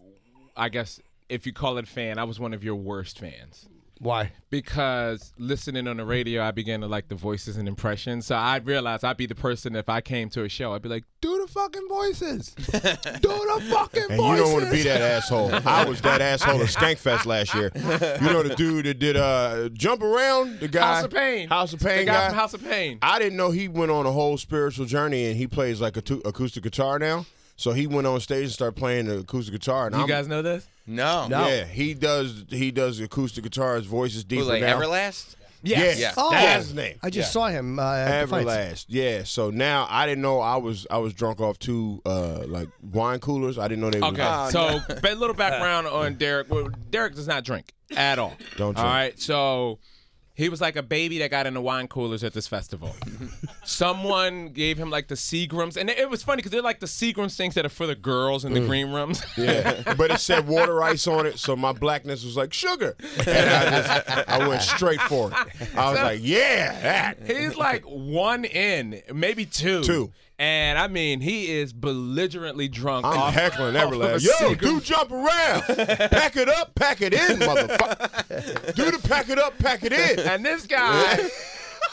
S3: I guess if you call it fan, I was one of your worst fans.
S2: Why?
S3: because listening on the radio, I began to like the voices and impressions. So I realized I'd be the person if I came to a show, I'd be like, "Do the fucking voices, do the fucking
S5: And
S3: voices."
S5: you don't want to be that asshole. I was that asshole at Skankfest last year. You know the dude that did uh, jump around, the guy
S3: House of Pain.
S5: House of Pain
S3: The guy from House of Pain.
S5: I didn't know he went on a whole spiritual journey and he plays like a tu- acoustic guitar now. So he went on stage and started playing the acoustic guitar. And
S3: you
S5: I'm,
S3: guys know this?
S1: No.
S2: No.
S5: yeah, he does. He does acoustic guitar. His voice is
S1: Who,
S5: deeper
S1: like
S5: now.
S1: Everlast?
S5: Yes,
S1: Yeah.
S2: Oh.
S5: that's his name.
S2: I just saw him. Uh, at the fights.
S5: Everlast. Yeah. So now I didn't know I was I was drunk off two uh like wine coolers. I didn't know they
S3: Okay,
S5: was
S3: so but a little background on Derek. Well, Derek does not drink at all.
S5: Don't
S3: All
S5: drink.
S3: right, so he was like a baby that got into wine coolers at this festival. Someone gave him like the Seagrams, and it, it was funny because they're like the Seagrams things that are for the girls in the green rooms.
S5: Mm. Yeah. But it said water ice on it, so my blackness was like sugar. And I just I went straight for it. I was like, Yeah, that
S3: He's like one in, maybe two.
S5: Two.
S3: And I mean, he is belligerently drunk.
S5: I'm
S3: off-
S5: heckling
S3: off of a
S5: Everlast. Yo,
S3: Seagram.
S5: do jump around. pack it up, pack it in, motherfucker. do the pack it up, pack it in.
S3: And this guy,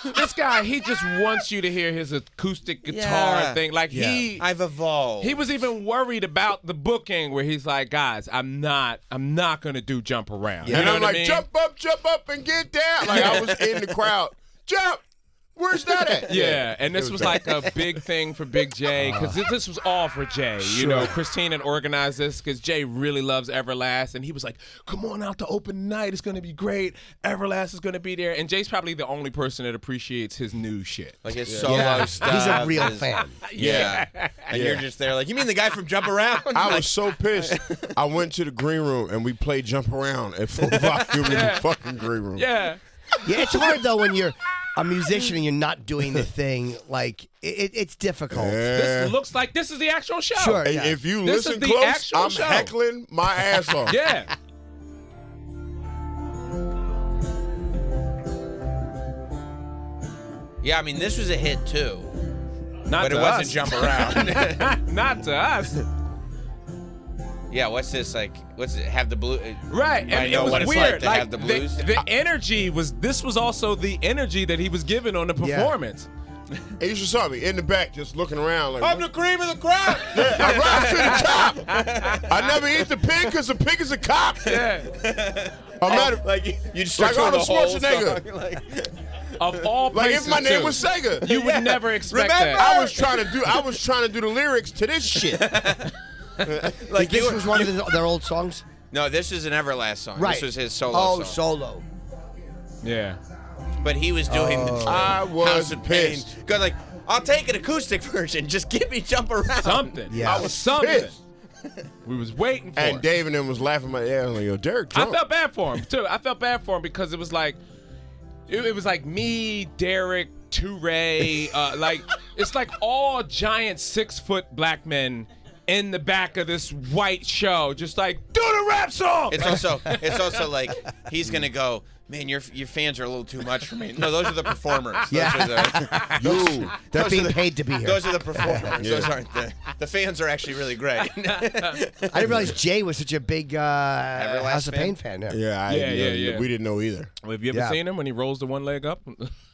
S3: this guy, he just wants you to hear his acoustic guitar
S1: Yeah.
S3: thing. Like he,
S1: I've evolved.
S3: he was even worried about the booking where he's like, guys, I'm not, I'm not gonna do jump around. You
S5: and
S3: know
S5: I'm
S3: what I
S5: like,
S3: mean?
S5: jump up, jump up, and get down. Like I was in the crowd. Jump. Where's that at?
S3: Yeah, and this was like a big thing for Big J because this was all for Jay. You know, Christine had organized this because Jay really loves Everlast, and he was like, "Come on out to open night. It's gonna be great. Everlast is gonna be there." And Jay's probably the only person that appreciates his new shit.
S1: like his solo stuff.
S2: He's a real
S1: is-
S2: fan.
S1: Yeah. And you're just there like, you mean the guy from Jump Around?
S5: I was so pissed. I went to the green room and we played jump around at full volume in the fucking green room.
S3: Yeah.
S2: Yeah, it's hard though when you're. a musician and you're not doing the thing, like it, it's difficult.
S1: Uh,
S3: This looks like this is the actual show.
S2: Sure.
S5: Hey,
S2: Yeah.
S5: If you
S3: This is
S5: listen
S3: the
S5: close,
S3: actual
S5: I'm
S3: show.
S5: heckling my ass off.
S3: Yeah.
S1: Yeah, I mean, this was a hit too.
S3: Not
S1: but it
S3: to
S1: wasn't
S3: us.
S1: jump around.
S3: Not to us.
S1: yeah, what's this like? What's it? Have the blue? uh,
S3: Right.
S1: I
S3: And
S1: know
S3: it was
S1: what it's
S3: weird.
S1: like to have the blues.
S3: the energy was this was also the energy that he was given on the
S2: Yeah.
S3: performance.
S5: And you just saw me in the back, just looking around like.
S3: Oh,
S1: I'm the cream of the crop.
S5: I rise to the top. I never eat the pig because the pig is a cop.
S3: Yeah. Oh,
S5: I'm not
S1: like you just
S5: Like
S1: start doing
S5: Arnold
S1: the whole
S5: Schwarzenegger.
S1: song, like-
S3: Of all
S5: like
S3: places.
S5: if my name
S3: too.
S5: was Sega.
S3: You would never expect
S1: Remember?
S3: that.
S5: I was trying to do. I was trying to do the lyrics to this shit.
S1: like
S2: this
S1: you-
S2: was one of the, their old songs,
S1: No, this is an Everlast song.
S2: right?
S1: This was his solo
S2: Oh,
S1: song.
S2: solo.
S3: Yeah.
S1: but he was doing the
S5: I
S1: House
S5: was
S1: of Pain.
S5: pissed.
S1: Go like, I'll take an acoustic version. Just give me jump around.
S3: Something.
S2: Yeah.
S3: I was something.
S5: pissed.
S3: We was waiting for
S5: And
S3: it.
S5: Dave and them was laughing my ass. I'm like, yo, Derek
S3: I
S5: drunk.
S3: felt bad for him too. I felt bad for him because it was like, it, it was like me, Derek, Toure, uh, like it's like all giant six foot black men in the back of this white show, just like do the rap song.
S1: It's also it's also like he's gonna go. Man, your your fans are a little too much for me. No, those are the performers. Those
S2: Yeah.
S1: are the,
S5: you.
S2: They're
S1: Those are
S2: being
S1: the-
S2: paid to be here.
S1: Those are the performers. Those aren't the the fans are actually really great.
S2: I didn't realize Jay was such a big uh, House of
S1: fan?
S2: Pain fan. Yeah.
S5: Yeah, I,
S3: Yeah, yeah,
S5: yeah, yeah,
S3: yeah.
S5: We didn't know either.
S3: Have you ever
S2: Yeah.
S3: seen him when he rolls the one leg up?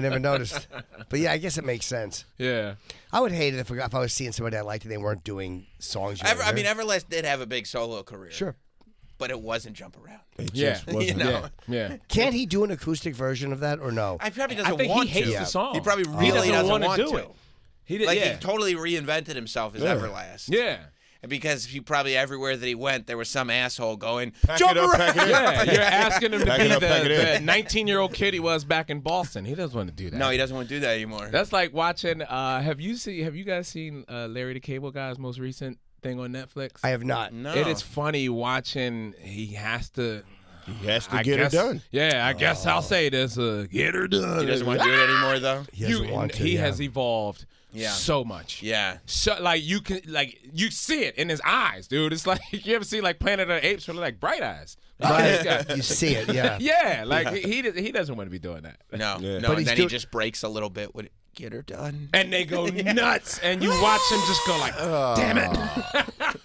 S2: never noticed, but yeah, I guess it makes sense.
S3: yeah.
S2: I would hate it if, if I was seeing somebody I liked and they weren't doing songs. You
S1: Ever, I
S2: heard.
S1: mean, Everlast did have a big solo career.
S2: sure.
S1: but it wasn't jump around.
S5: It
S3: Yeah.
S5: just wasn't.
S1: You know?
S3: Yeah. Yeah.
S2: Can't he do an acoustic version of that or no?
S1: I probably
S3: I
S1: doesn't
S3: think
S1: want
S3: he hates
S1: to.
S3: the song.
S1: He probably really
S3: doesn't, wanna
S1: want
S3: do
S1: to.
S3: it. He did.
S1: Like
S3: yeah.
S1: he totally reinvented himself as Everlast.
S3: yeah.
S1: Because he probably everywhere that he went, there was some asshole going
S5: Pack
S1: jump
S5: it up,
S1: around.
S5: pack it up.
S3: Yeah, you're asking him to
S5: Back
S3: be
S5: it up, back it
S3: the
S5: in.
S3: 19 year old kid he was back in Boston. He doesn't want to do that.
S1: No, he doesn't want to do that anymore.
S3: That's like watching. Uh, have you seen? Have you guys seen uh, Larry the Cable Guy's most recent thing on Netflix?
S2: I have not.
S1: no,
S3: It is funny watching. He has to.
S5: He has to
S3: I
S5: get
S3: guess,
S5: it done.
S3: Yeah, I guess I'll say this. Uh, get her done. Ah!
S1: He doesn't want to do it anymore, though.
S2: Oh. He doesn't
S3: You-
S2: want to,
S3: he
S2: yeah.
S3: has evolved
S1: Yeah.
S3: so much.
S1: Yeah.
S3: So like you can like you see it in his eyes, dude. It's like you ever see like Planet of the Apes where they're like bright eyes. Like, this
S2: Right.
S3: guy-
S2: you see it, yeah.
S3: yeah, like he he he doesn't want to be doing that.
S1: No,
S5: Yeah.
S1: no.
S2: But
S1: and
S2: he's
S1: then he
S2: doing-
S1: just breaks a little bit. Would it get her done?
S3: And they go nuts, and you watch him just go like, "Damn it!"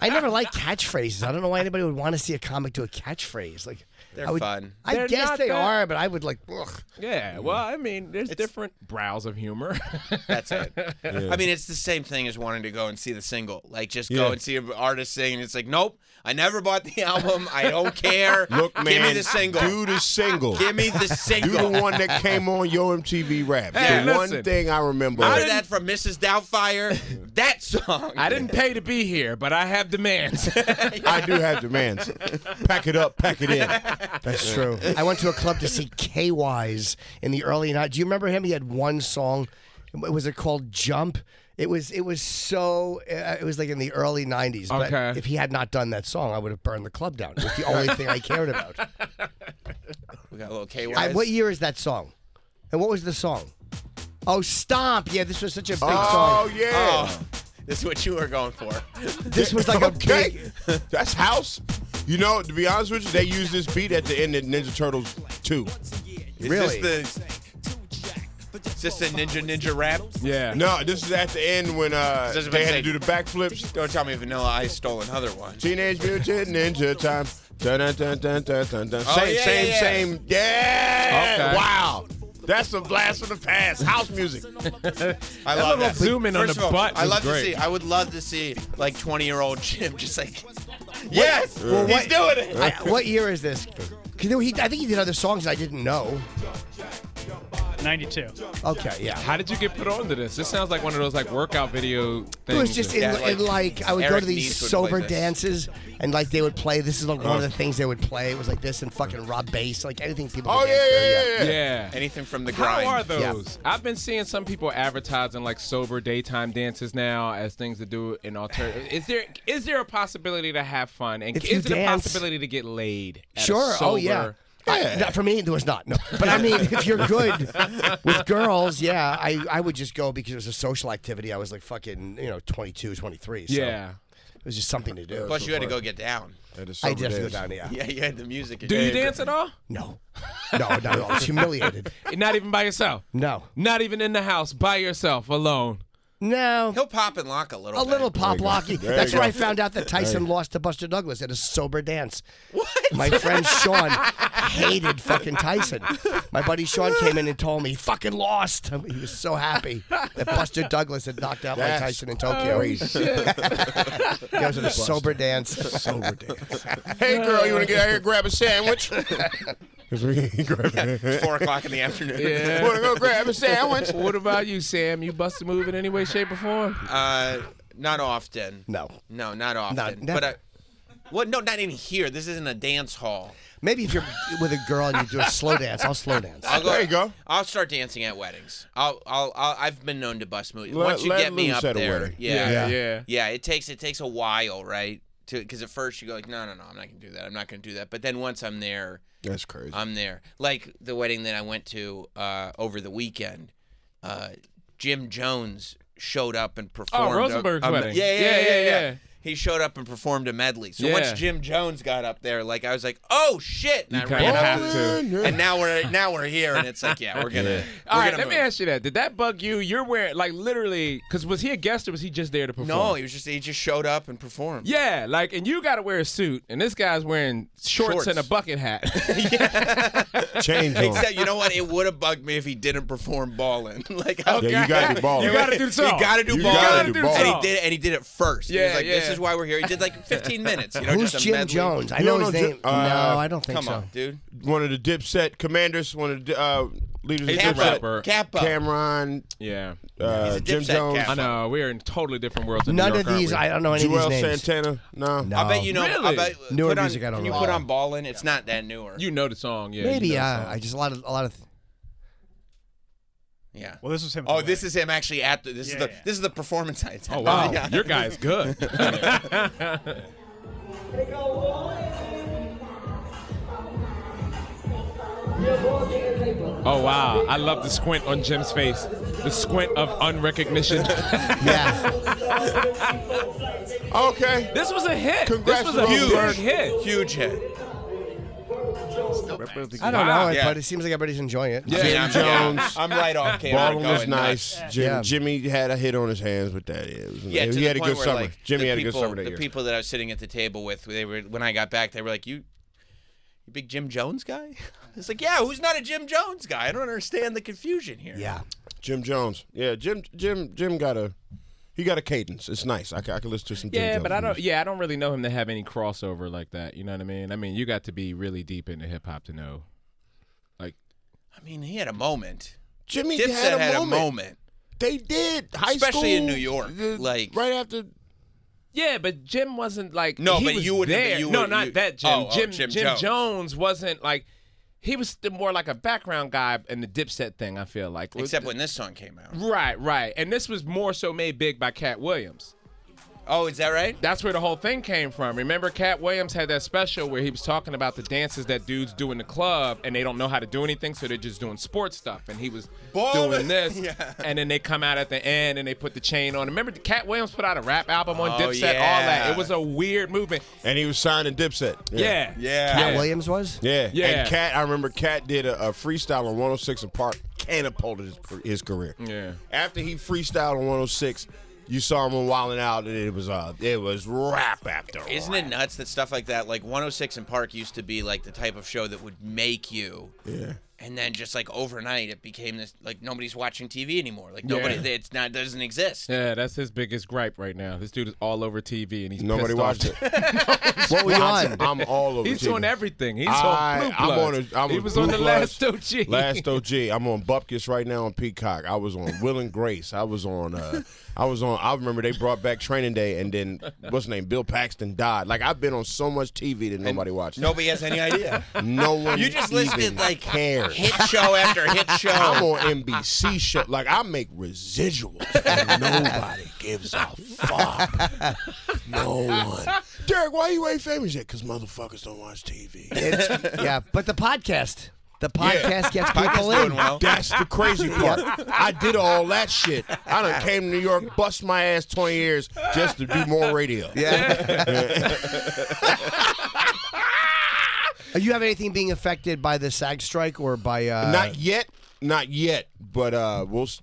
S2: I never liked catchphrases. I don't know why anybody would want to see a comic do a catchphrase. Like
S1: They're
S2: I would,
S1: fun.
S2: I
S3: They're
S2: guess
S3: not
S2: they
S3: that-
S2: are, but I would like. Ugh.
S3: Yeah, well, I mean, there's different Mm. brows of humor.
S1: That's it. I mean, it's the same thing as wanting to go and see the single. Like, just go
S5: Yeah.
S1: and see an artist sing, and it's like, nope, I never bought the album. I don't care.
S5: Look, man,
S1: give me the single.
S5: Do the single.
S1: Give me the
S5: do
S1: single.
S5: the one that came on your MTV rap.
S3: Hey,
S5: the
S3: listen.
S5: one thing I remember.
S1: I heard that from Mrs. Doubtfire. that song.
S3: I didn't pay to be here, but I have demands.
S5: I do have demands. Pack it up, pack it in.
S2: That's true. I went to a club to see K Wise in the early night. Do you remember him? He had one song. It was it called Jump? It was it was so uh, it was like in the early '90s. But
S3: Okay.
S2: if he had not done that song, I would have burned the club down. It was the only thing I cared about.
S1: We got a little KY.
S2: I, what year is that song? And what was the song? Oh, Stomp! Yeah, this was such a big song.
S5: Oh yeah.
S1: Oh, this is what you were going for.
S2: This was like a
S5: okay.
S2: big.
S5: That's house. You know, to be honest with you, they use this beat at the end of Ninja Turtles 2.
S1: Is
S2: Really?
S1: This the, is this the ninja ninja rap?
S3: yeah.
S5: No, this is at the end when uh,
S1: This is what
S5: they
S1: I'm
S5: had
S1: saying.
S5: to do the backflips.
S1: Don't tell me Vanilla Ice stole another one.
S5: Teenage Mutant Ninja Time. Dun, dun, dun, dun, dun, dun, dun.
S1: Oh,
S5: same,
S1: yeah,
S5: same,
S1: yeah, yeah.
S5: same. Yeah.
S3: Okay.
S5: Wow. That's a blast from the past. House music.
S1: I
S3: That
S1: love
S3: little
S1: that.
S3: zoom in on
S1: First
S3: the
S1: of all,
S3: butt
S1: I
S3: was
S1: love
S3: great.
S1: to see. I would love to see like 20 year old Jim just like, yes, he's doing it.
S2: I- what year is this? 'Cause there- he- I think he did other songs I didn't know.
S6: 92.
S2: Okay, yeah.
S3: How did you get put onto this? This sounds like one of those like workout video things.
S2: It was just in,
S1: Yeah,
S2: in, like,
S1: like,
S2: I would go
S1: Eric
S2: to these
S1: Nice would
S2: sober
S1: play this.
S2: dances and like they would play. This is like one of
S5: Oh.
S2: the things they would play. It was like this and fucking Rob Bass, like anything people.
S5: Oh,
S2: could
S5: yeah,
S2: dance to,
S5: yeah, yeah, yeah.
S3: yeah.
S1: Anything from the
S3: How
S1: grind.
S3: are
S2: Yeah.
S3: those? I've been seeing some people advertising like sober daytime dances now as things to do in alternative. Is there is there a possibility to have fun and
S2: If you
S3: is it
S2: dance.
S3: a possibility to get laid? at a
S2: Sure. oh
S3: sober
S2: yeah.
S5: Yeah.
S2: Not for me, there was not. No, but I mean, if you're good with girls, yeah, I, I would just go because it was a social activity. I was like fucking, you know, 22, 23. So
S3: Yeah.
S2: it was just something to do.
S1: Plus, you had to go get down.
S5: That is
S2: I
S5: sober
S2: definitely go
S5: days.
S2: down. Yeah.
S1: Yeah, you had the music.
S3: Do you dance at all?
S2: No, no, no, no. I was humiliated.
S3: Not even by yourself.
S2: No,
S3: Not even in the house by yourself alone.
S2: no.
S1: He'll pop and lock a little.
S2: A
S1: bit.
S2: little pop
S5: go.
S2: locky.
S5: There you
S2: That's where
S5: go.
S2: I found out that Tyson lost to Buster Douglas at a sober dance. What? My friend Sean hated fucking Tyson. My buddy Sean came in and told me he fucking lost. He was so happy that Buster Douglas had knocked out Mike
S5: That's
S2: Tyson in Tokyo. That was at a sober dance.
S5: Sober days. hey, girl, you want to get out here and grab a sandwich? 'Cause we ain't grabbing-
S1: Four o'clock in the afternoon.
S5: Want to go grab a sandwich?
S3: What about you, Sam? You bust a move in any way, shape, or form?
S1: Uh, not often.
S2: No.
S1: No, not often.
S2: never.
S1: but I, well, no, not in here. This isn't a dance hall.
S2: Maybe if you're with a girl and you do a slow dance, I'll slow dance.
S1: I'll go,
S5: There you go.
S1: I'll start dancing at weddings. I'll, I'll, I'll I've been known to bust moves.
S5: Let-
S1: Once you
S5: let
S1: get me
S5: loose
S1: up
S5: at a
S1: there,
S5: wedding.
S1: yeah,
S3: yeah.
S1: yeah, It takes it takes a while, right? To because at first you go like, no, no, no, I'm not gonna do that. I'm not gonna do that. But then once I'm there,
S5: That's crazy.
S1: I'm there. Like the wedding that I went to uh, over the weekend, uh, Jim Jones showed up and performed. a-
S3: Oh, Rosenberg's
S1: a-
S3: wedding.
S1: Yeah yeah yeah,
S3: Yeah,
S1: yeah,
S3: yeah, yeah.
S1: He showed up and performed a medley. So
S3: Yeah.
S1: once Jim Jones got up there, like I was like, oh shit, and I
S3: kinda
S1: ran up
S3: have
S5: to.
S1: And now we're now we're here, and it's like, yeah, we're gonna. We're
S3: All right,
S1: gonna
S3: let me
S1: move.
S3: ask you that. Did that bug you? You're wearing like literally because was he a guest or was he just there to perform?
S1: No, he was just he just showed up and performed.
S3: Yeah, like and you got to wear a suit, and this guy's wearing shorts,
S1: Shorts.
S3: and a bucket hat.
S5: Change on.
S1: Except you know what? It would have bugged me if he didn't perform balling. like okay.
S5: Yeah, you got to ball.
S3: You gotta do
S1: You
S3: something.
S1: gotta do
S5: You
S1: ball.
S5: gotta do ball.
S1: And he did it. And he did it first. he was
S3: Yeah,
S1: like, "This
S3: yeah.
S1: is why we're here." He did like 15 minutes. You know,
S2: Who's
S1: just a
S2: Jim
S1: medley.
S2: Jones? I
S5: You
S2: know
S5: don't
S2: his
S5: know Jim-
S2: name.
S5: uh,
S2: no, I don't think
S1: Come
S2: so.
S1: on, dude.
S5: One of the Dipset commanders, one of the uh, leaders of
S1: Cap
S5: Dipset.
S1: up.
S3: rapper.
S1: Cap up.
S5: Cameron,
S3: yeah,
S5: uh,
S1: a
S5: Jim
S1: Dipset
S5: Jones,
S1: cap.
S3: I know. We're in totally different worlds. In
S2: None
S3: New York,
S2: of these. I
S3: aren't
S2: don't know any
S5: Joel
S2: of these names.
S5: Santana. No.
S2: No.
S1: I bet you know. I
S3: Oh, Really?
S1: bet,
S2: Newer
S1: put on,
S2: music, I don't
S1: Can you
S2: know.
S1: put on ballin'? It's not that newer.
S3: we? you know the song, yeah.
S2: Maybe.
S3: you know the
S2: Uh,
S3: song.
S2: I just a lot of a lot of.
S1: yeah.
S6: Well, this was him.
S1: Oh, this is him actually at the. This is
S6: Yeah,
S1: the.
S6: yeah.
S1: This is the performance I
S3: Oh wow,
S1: Yeah.
S3: your guy's good. oh wow, I love the squint on Jim's face, the squint of unrecognition.
S2: Yeah.
S5: Okay.
S3: this was a hit.
S5: Congrats
S3: this was
S5: to
S3: a
S5: Rosenberg.
S3: huge hit.
S1: Huge hit.
S2: I don't
S3: Wow.
S2: know,
S1: Yeah.
S2: but it seems like everybody's enjoying it.
S1: I mean,
S5: Jim
S1: I'm,
S5: Jones.
S1: Yeah, I'm right off. Cam. I'm
S5: Baldwin was
S1: going nuts.
S5: nice. Jim,
S2: Yeah.
S5: Jimmy had a hit on his hands with that. It was,
S1: Yeah, to
S5: he
S1: the
S5: had a
S1: point
S5: good
S1: where,
S5: summer.
S1: Like,
S5: Jimmy
S1: the
S5: had a
S1: people,
S5: good summer that
S1: the
S5: year.
S1: people that I was sitting at the table with, they were when I got back, they were like, "You, you big Jim Jones guy?" It's like, yeah, who's not a Jim Jones guy? I don't understand the confusion here.
S2: Yeah.
S5: Jim Jones. Yeah, Jim. Jim. Jim got a. He got a cadence. It's nice. I, ca- I can listen to some. Jim
S3: Yeah,
S5: Jones
S3: but I don't.
S5: music.
S3: Yeah, I don't really know him to have any crossover like that. You know what I mean? I mean, you got to be really deep into hip hop to know. Like,
S1: I mean, he had a moment.
S5: Jimmy
S1: Dipset
S5: had, a,
S1: had
S5: moment.
S1: a moment.
S5: They did. High school,
S1: Especially in New York,
S5: the-
S1: like-
S5: right after.
S3: yeah, but Jim wasn't like.
S1: No,
S3: he
S1: but
S3: was
S1: you wouldn't have-
S3: there.
S1: you
S3: no,
S1: would-
S3: not
S1: you-
S3: that Jim.
S1: oh, oh,
S3: Jim,
S1: Jim
S3: Jim
S1: Jones.
S3: Jones. wasn't like. He was the more like a background guy in the Dipset thing. I feel like.
S1: Except when this song came out.
S3: Right, right, and this was more so made big by Cat Williams.
S1: Oh, is that right?
S3: That's where the whole thing came from. Remember, Cat Williams had that special where he was talking about the dances that dudes do in the club, and they don't know how to do anything, so they're just doing sports stuff. And he was
S1: Ball-
S3: doing this,
S1: Yeah.
S3: and then they come out at the end and they put the chain on. Remember, Cat Williams put out a rap album on
S1: Oh,
S3: Dipset, all
S1: yeah.
S3: that. It was a weird movement.
S5: And he was signed in Dipset.
S3: Yeah,
S1: Yeah.
S2: Matt Williams was.
S5: Yeah.
S3: Yeah.
S5: And Cat, I remember Cat did a, a freestyle on 106 and Park, catapulted his, his career.
S3: Yeah.
S5: After he freestyled on 106, you saw him on Wildin' Out, and it was uh, it was rap after.
S1: Isn't it nuts that stuff like that, like 106 and Park used to be like the type of show that would make you. Yeah. And then just like overnight, it became this like nobody's watching TV anymore. Like nobody,
S3: Yeah.
S1: it's not doesn't exist.
S3: Yeah, that's his biggest gripe right now. This dude is all over TV, and he's
S5: Nobody
S3: pissed
S5: watched
S3: off.
S5: it.
S2: What were you on?
S5: I'm, I'm all over.
S3: He's
S5: TV.
S3: on everything. He's on
S5: I,
S3: Blue
S5: I'm on.
S3: Bloods.
S5: A, I'm
S3: he
S5: a
S3: was
S5: Blue
S3: on the
S5: Bloods,
S3: last OG.
S5: Last OG. I'm on Bupkis right now on Peacock. I was on Will and Grace. I was on. Uh, I was on. I remember they brought back Training Day, and then what's his name? Bill Paxton died. Like I've been on so much TV that nobody watches.
S1: Nobody has any idea.
S5: no one.
S1: You just
S5: even
S1: listed like
S5: cares.
S1: hit show after hit show.
S5: I'm on NBC show. Like I make residuals, and nobody gives a fuck. No one. Derek, why you ain't famous yet? Because motherfuckers don't watch TV.
S2: It's, yeah, but the podcast, the podcast gets people
S1: doing
S2: in.
S1: well.
S5: That's the crazy part. I did all that shit. I done came to New York, bust my ass 20 years just to do more radio.
S2: Yeah. you have anything being affected by the SAG strike or by uh,
S5: Not yet. Not yet. But uh, we'll s-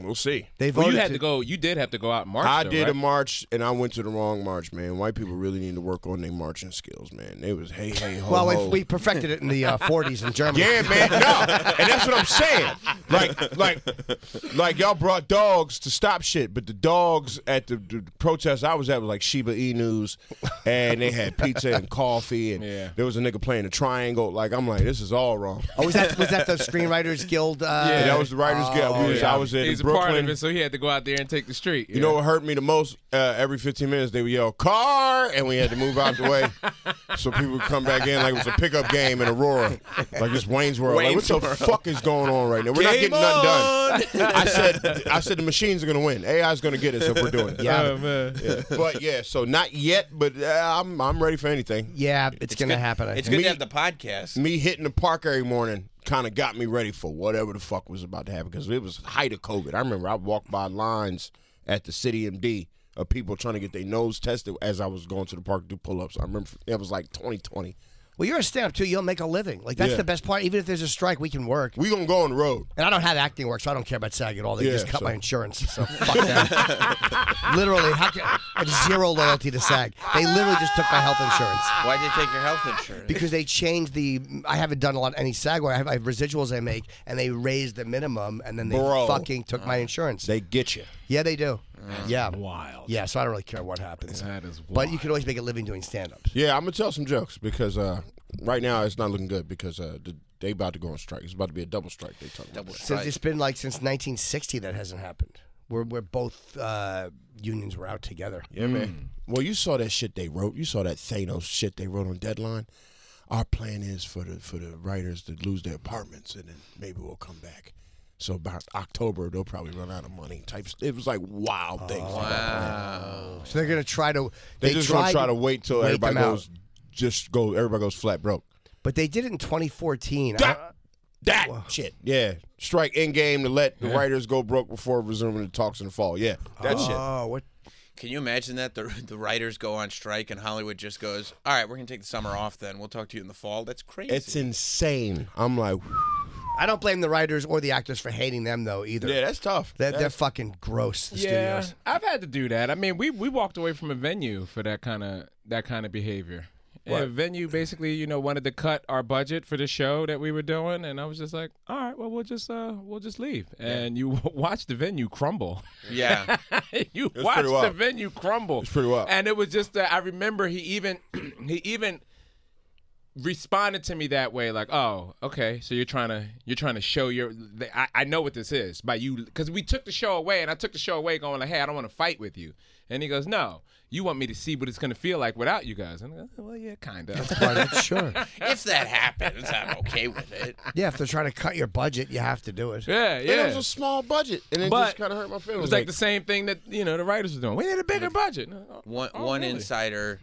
S5: we'll see.
S2: they
S3: Well,
S2: voted
S3: you had to
S2: to-
S3: go. You did have to go out and march.
S5: I
S3: though,
S5: did
S3: right?
S5: a march and I went to the wrong march, man. White people really need to work on their marching skills, man. They was hey hey ho.
S2: Well,
S5: ho.
S2: we, we perfected it in the uh, 40s in Germany.
S5: Oh. Yeah, man. No, and that's what I'm saying. Like, like, like y'all brought dogs to stop shit, but the dogs at the, the protest I was at was like Shiba Inus, and they had pizza and coffee, and
S3: Yeah.
S5: there was a nigga playing the triangle. Like, I'm like, this is all wrong.
S2: Oh, was that was that the Screenwriters Guild? Uh,
S5: And that was the writers' guild. We was, I was in
S3: Oh, He's a
S5: Brooklyn.
S3: part of it, so he had to go out there and take the street.
S5: You know what hurt me the most? Uh, every 15 minutes they would yell "car" and we had to move out the way, so people would come back in like it was a pickup game in Aurora, like it's Wayne's World. like, what
S1: Wayne's
S5: the
S1: World.
S5: fuck is going on right now? We're not getting
S1: Game
S5: nothing done. I said, I said the machines are gonna win. AI is gonna get us if we're doing it.
S2: Yeah.
S5: Yeah. But yeah, so not yet, but uh, I'm I'm ready for anything.
S2: Yeah, it's, gonna
S1: good-
S2: happen. I
S1: It's
S2: think.
S1: good to have the podcast.
S5: Me hitting the park every morning kind of got me ready for whatever the fuck was about to happen because it was height of COVID. I remember I walked by lines at the City MD of people trying to get their nose tested as I was going to the park to do pull ups. I remember it was like 2020.
S2: Well, you're a stand-up too. You'll make a living. Like that's
S5: Yeah.
S2: the best part. Even if there's a strike, we can work.
S5: We gonna go on the road.
S2: And I don't have acting work, so I don't care about SAG at all. They
S5: Yeah,
S2: just cut
S5: so-
S2: my insurance, so fuck that. literally, how can, I have zero loyalty to SAG. They literally just took my health insurance
S1: Why did they take your health insurance?
S2: because they changed the. I haven't done a lot any SAG work. I have, I have residuals I make, and they raised the minimum, and then they
S5: Bro.
S2: fucking took my insurance.
S5: They get you.
S2: yeah, they do. Yeah,
S3: Wild.
S2: yeah. So I don't really care what happens.
S3: That is wild.
S2: But you can always make a living doing stand-ups.
S5: Yeah, I'm gonna tell some jokes because uh, right now it's not looking good because uh, the, they about to go on strike. It's about to be a double strike. They talking
S1: Double
S5: about.
S2: Since
S1: strike.
S2: it's been like since 1960 that hasn't happened. We're, we're both uh, unions were out together.
S5: Yeah, man. Well, you saw that shit they wrote. You saw that Thanos shit they wrote on Deadline. Our plan is for the for the writers to lose their apartments, and then maybe we'll come back. So about October, they'll probably run out of money. Types. It was like wild things.
S2: So they're gonna try to.
S5: They, just
S2: tried
S5: gonna try to wait till everybody
S2: them out.
S5: goes, just go. Everybody goes flat broke.
S2: But they did it in 2014. I-
S5: That, that shit. Yeah. Strike in game to let the writers go broke before resuming the talks in the fall. Yeah. That shit.
S2: oh, what?
S1: Can you imagine that the the writers go on strike and Hollywood just goes, "All right, we're gonna take the summer off. Then we'll talk to you in the fall." That's crazy.
S5: It's insane. I'm like,
S2: I don't blame the writers or the actors for hating them though either.
S5: yeah, that's tough.
S2: they're, they're fucking gross. The
S3: Yeah,
S2: studios.
S3: I've had to do that. I mean, we we walked away from a venue for that kind of that kind of behavior. A venue basically, you know, wanted to cut our budget for the show that we were doing, and I was just like, "All right, well, we'll just uh, we'll just leave." And you watch the venue crumble.
S1: yeah.
S3: you
S5: pretty
S3: watched the
S5: wild.
S3: venue crumble. It's
S5: pretty wild.
S3: And it was just that I remember he even he even responded to me that way, like, "Oh, okay, so you're trying to you're trying to show your th- I, I know what this is by you because we took the show away, and I took the show away, going like, "Hey, I don't want to fight with you," and he goes, "No." You want me to see what it's gonna feel like without you guys? And I go, well, yeah, kind of.
S2: Part of it, sure.
S1: if that happens, I'm okay with it.
S2: Yeah, if they're trying to cut your budget, you have to do it.
S3: yeah,
S5: Yeah. It
S3: yeah.
S5: was a small budget, and it
S3: But
S5: just kind of hurt my
S3: it
S5: feelings.
S3: was like the same thing that you know the writers were doing. We need a bigger budget.
S1: One
S3: Oh,
S1: one
S3: really?
S1: insider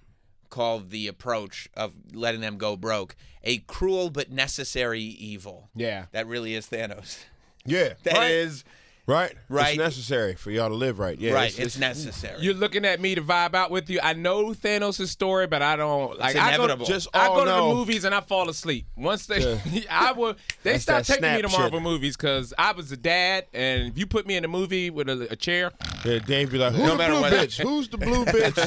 S1: called the approach of letting them go broke a cruel but necessary evil.
S3: Yeah.
S1: That really is Thanos.
S5: yeah,
S1: That
S5: right,
S1: is
S5: right,
S1: Right.
S5: It's necessary for y'all to live right. Yeah,
S1: right. It's,
S5: It's, it's-
S1: necessary.
S3: You're looking at me to vibe out with you. I know Thanos' story, but I don't like.
S1: inevitable.
S3: I go,
S5: Just
S3: I
S5: all
S3: go to
S5: know.
S3: the movies and I fall asleep. Once they, I will. They
S5: That's
S3: stopped
S5: that
S3: taking me to
S5: snap
S3: Marvel
S5: shit.
S3: movies because I was a dad, and if you put me in a movie with a, a chair,
S5: yeah, Dave be like, who's the
S1: matter
S5: blue
S1: what-
S5: bitch? Who's the blue bitch?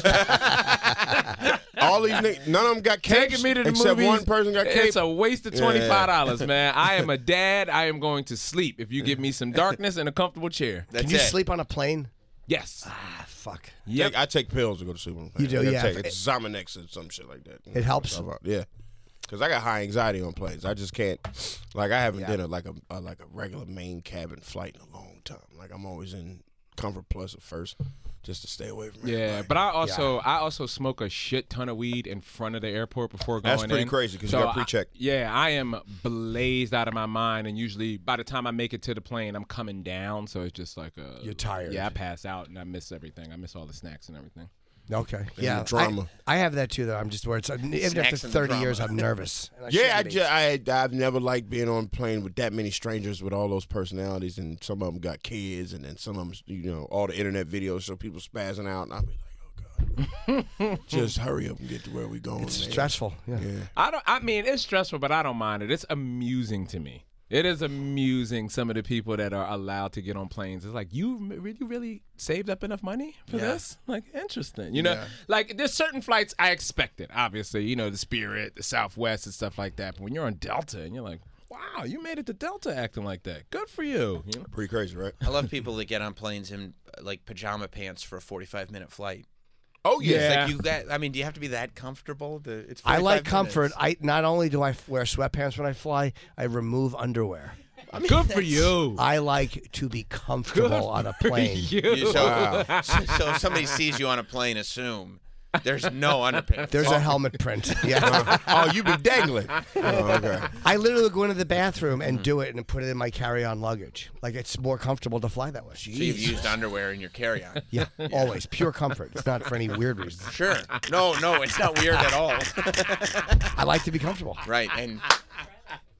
S5: All these niggas, none of them got capes,
S3: taking me to the
S5: except
S3: movies,
S5: one person got capes.
S3: It's a waste of twenty five dollars, man. I am a dad. I am going to sleep if you give me some darkness and a comfortable chair.
S1: That's
S2: Can you
S1: it.
S2: sleep on a plane?
S3: Yes.
S2: Ah, fuck.
S3: Yep.
S5: I take pills to go to sleep. On
S2: You do, yeah.
S5: Take, it's Zominex or some shit like that.
S2: It helps.
S5: Yeah, because I got high anxiety on planes. I just can't. Like I haven't done a like a, a like a regular main cabin flight in a long time. Like I'm always in comfort plus at first, just to stay away from.
S3: Yeah,
S5: everybody.
S3: but I also I also smoke a shit ton of weed in front of the airport before going.
S5: That's pretty
S3: in.
S5: crazy 'cause you
S3: So
S5: got
S3: I-
S5: pre-check.
S3: Yeah, I am blazed out of my mind, and usually by the time I make it to the plane, I'm coming down, so it's just like a
S2: You're tired.
S3: Yeah, I pass out and I miss everything. I miss all the snacks and everything.
S2: Okay. Yeah.
S5: the drama.
S2: I, I have that too, though. I'm just worried. So, even after
S1: Snacks and the
S2: 30 years,
S1: drama.
S2: I'm nervous. And I
S5: Yeah, I
S2: shouldn't be.
S5: just I I've never liked being on a plane with that many strangers with all those personalities, and some of them got kids, and then some of them, you know, all the internet videos show people spazzing out, and I'll be like, oh god, just hurry up and get to where we going.
S2: It's
S5: man.
S2: stressful. Yeah.
S5: Yeah.
S3: I don't. I mean, it's stressful, but I don't mind it. It's amusing to me. It is amusing some of the people that are allowed to get on planes. It's like you really, really saved up enough money for this. Like interesting, you know. Like there's certain flights I expect it. Obviously, you know the Spirit, the Southwest, and stuff like that. But when you're on Delta and you're like, wow, you made it to Delta acting like that. Good for you. you know?
S5: Pretty crazy, right?
S1: I love people that get on planes in uh, like pajama pants for a 45 minute flight.
S5: Oh yeah.
S1: It's
S3: Yeah.
S1: like you got. I mean, do you have to be that comfortable? To, it's
S2: I
S1: 45
S2: like comfort.
S1: minutes.
S2: I not only do I f- wear sweatpants when I fly, I remove underwear.
S3: Good for you.
S2: I like to be comfortable on a plane.
S1: You- so, so, so if somebody sees you on a plane, assume there's no underpants.
S2: There's a helmet print. Yeah.
S5: oh, you be dangling. Oh, okay.
S2: I literally go into the bathroom and do it and put it in my carry-on luggage. Like it's more comfortable to fly that way.
S1: So you've used underwear in your carry-on.
S2: Yeah, always pure comfort. It's not for any weird reason.
S1: Sure. No, no, it's not weird at all.
S2: I like to be comfortable.
S1: Right. And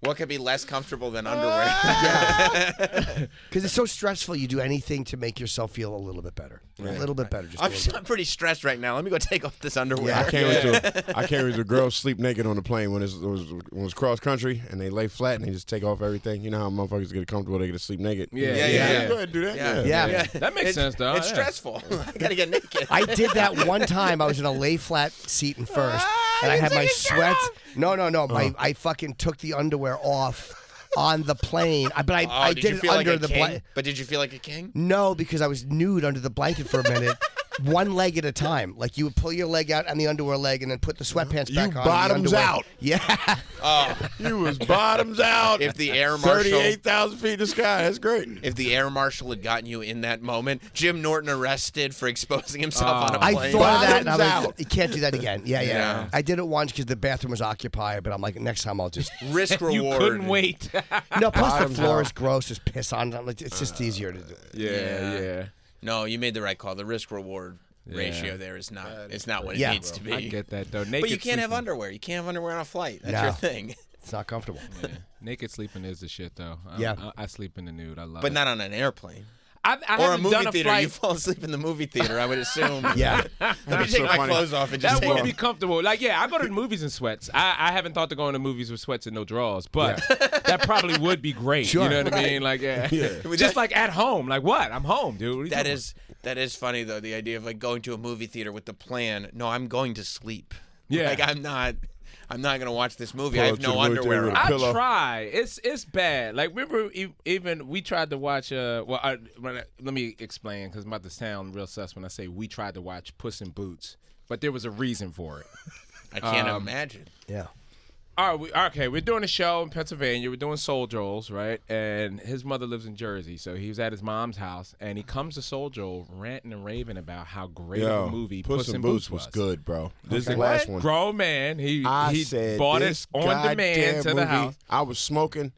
S1: what could be less comfortable than underwear?
S2: Because it's so stressful, you do anything to make yourself feel a little bit better. a little bit better. Just a
S1: I'm,
S2: little
S1: I'm pretty stressed right now. Let me go take off this underwear.
S5: I can't wait to I can't wait to girls sleep naked on the plane when it's when it's- when it's cross country and they lay flat and they just take off everything. You know how motherfuckers get comfortable, they get to sleep naked.
S3: Yeah,
S1: yeah, yeah.
S5: Go ahead and do that.
S1: Yeah.
S2: Yeah.
S3: That makes
S1: It's-
S3: sense, though.
S1: It's
S3: Yeah.
S1: stressful. I gotta get naked.
S2: I did that one time. I was in a lay flat seat in first,
S1: Ah,
S2: and I had my sweats. No, no, no.
S1: Oh.
S2: My I fucking took the underwear off on the plane. I, but I,
S1: Oh,
S2: I
S1: did,
S2: did,
S1: you
S2: it
S1: feel
S2: under
S1: like a
S2: the
S1: king?
S2: blanket.
S1: But did you feel like a king?
S2: No, because I was nude under the blanket for a minute. One leg at a time. Like you would pull your leg out and the underwear leg and then put the sweatpants back on. and the
S5: bottoms
S2: underwear-
S5: out.
S2: Yeah.
S5: You was bottoms out.
S1: If the air marshal,
S5: Thirty-eight thousand feet in the sky. That's great.
S1: if the air marshal had gotten you in that moment, Jim Norton arrested for exposing himself on a
S2: Oh. I
S1: plane.
S2: thought of that and I was
S5: Bottoms
S2: like,
S5: out.
S2: you can't do that again. Yeah, yeah.
S1: Yeah.
S2: I did it once because the bathroom was occupied, but I'm like, next time I'll just.
S1: Risk
S3: You
S1: reward.
S3: couldn't wait.
S2: No, plus the floor is gross. There's piss on it. I'm like, It's just easier to do.
S3: yeah. yeah.
S1: No, you made the right call. The risk reward ratio there is not. It's not what it
S2: Yeah.
S1: needs to be.
S3: I get that though. Naked
S1: but you can't have
S3: sleeping-
S1: underwear. You can't have underwear on a flight. That's
S2: No.
S1: your thing.
S2: It's not comfortable.
S3: Naked sleeping is the shit though. i
S2: Yeah.
S3: I, I sleep in the nude. I love it.
S1: But not on an airplane
S3: I, I
S1: or a
S3: haven't
S1: movie
S3: done a
S1: theater.
S3: flight.
S1: You fall asleep in the movie theater. I would assume.
S2: Yeah.
S1: Let me take
S5: so
S1: my
S5: funny.
S1: clothes off and just
S3: that
S1: take
S3: would be
S1: it.
S3: comfortable. Like, yeah, I go to the movies in sweats. I, I haven't thought to go into movies with sweats and no drawers, but that probably would be great. You
S2: Sure.
S3: know what I mean? Like, yeah.
S1: Would
S3: just
S1: that-
S3: like at home. Like, what? I'm home, dude. What are you
S1: That
S3: talking
S1: is that is funny though. The idea of like going to a movie theater with the plan. No, I'm going to sleep.
S3: Yeah.
S1: Like I'm not. I'm not gonna watch this movie.
S5: Pull
S1: I
S5: up
S1: have
S5: to the
S1: no
S5: movie theater
S1: underwear.
S5: with
S1: on.
S5: a
S3: I
S5: pillow.
S3: try. It's it's bad. Like remember, e- even we tried to watch. Uh, well, I, when I- let me explain because I'm about to sound real sus when I say we tried to watch Puss in Boots, but there was a reason for it.
S1: I can't
S5: Um,
S1: imagine.
S2: Yeah.
S3: All right, we, okay, we're doing a show in Pennsylvania. We're doing Soul Joel's, right? And his mother lives in Jersey, so he was at his mom's house, and he comes to Soul Joel ranting and raving about how great of
S5: Yo,
S3: a movie
S5: Puss, in Boots was good, bro. This is the last one.
S3: Grown man, he
S5: I
S3: he
S5: said
S3: bought it
S5: this
S3: on
S5: goddamn
S3: demand to
S5: movie,
S3: the house.
S5: I was smoking,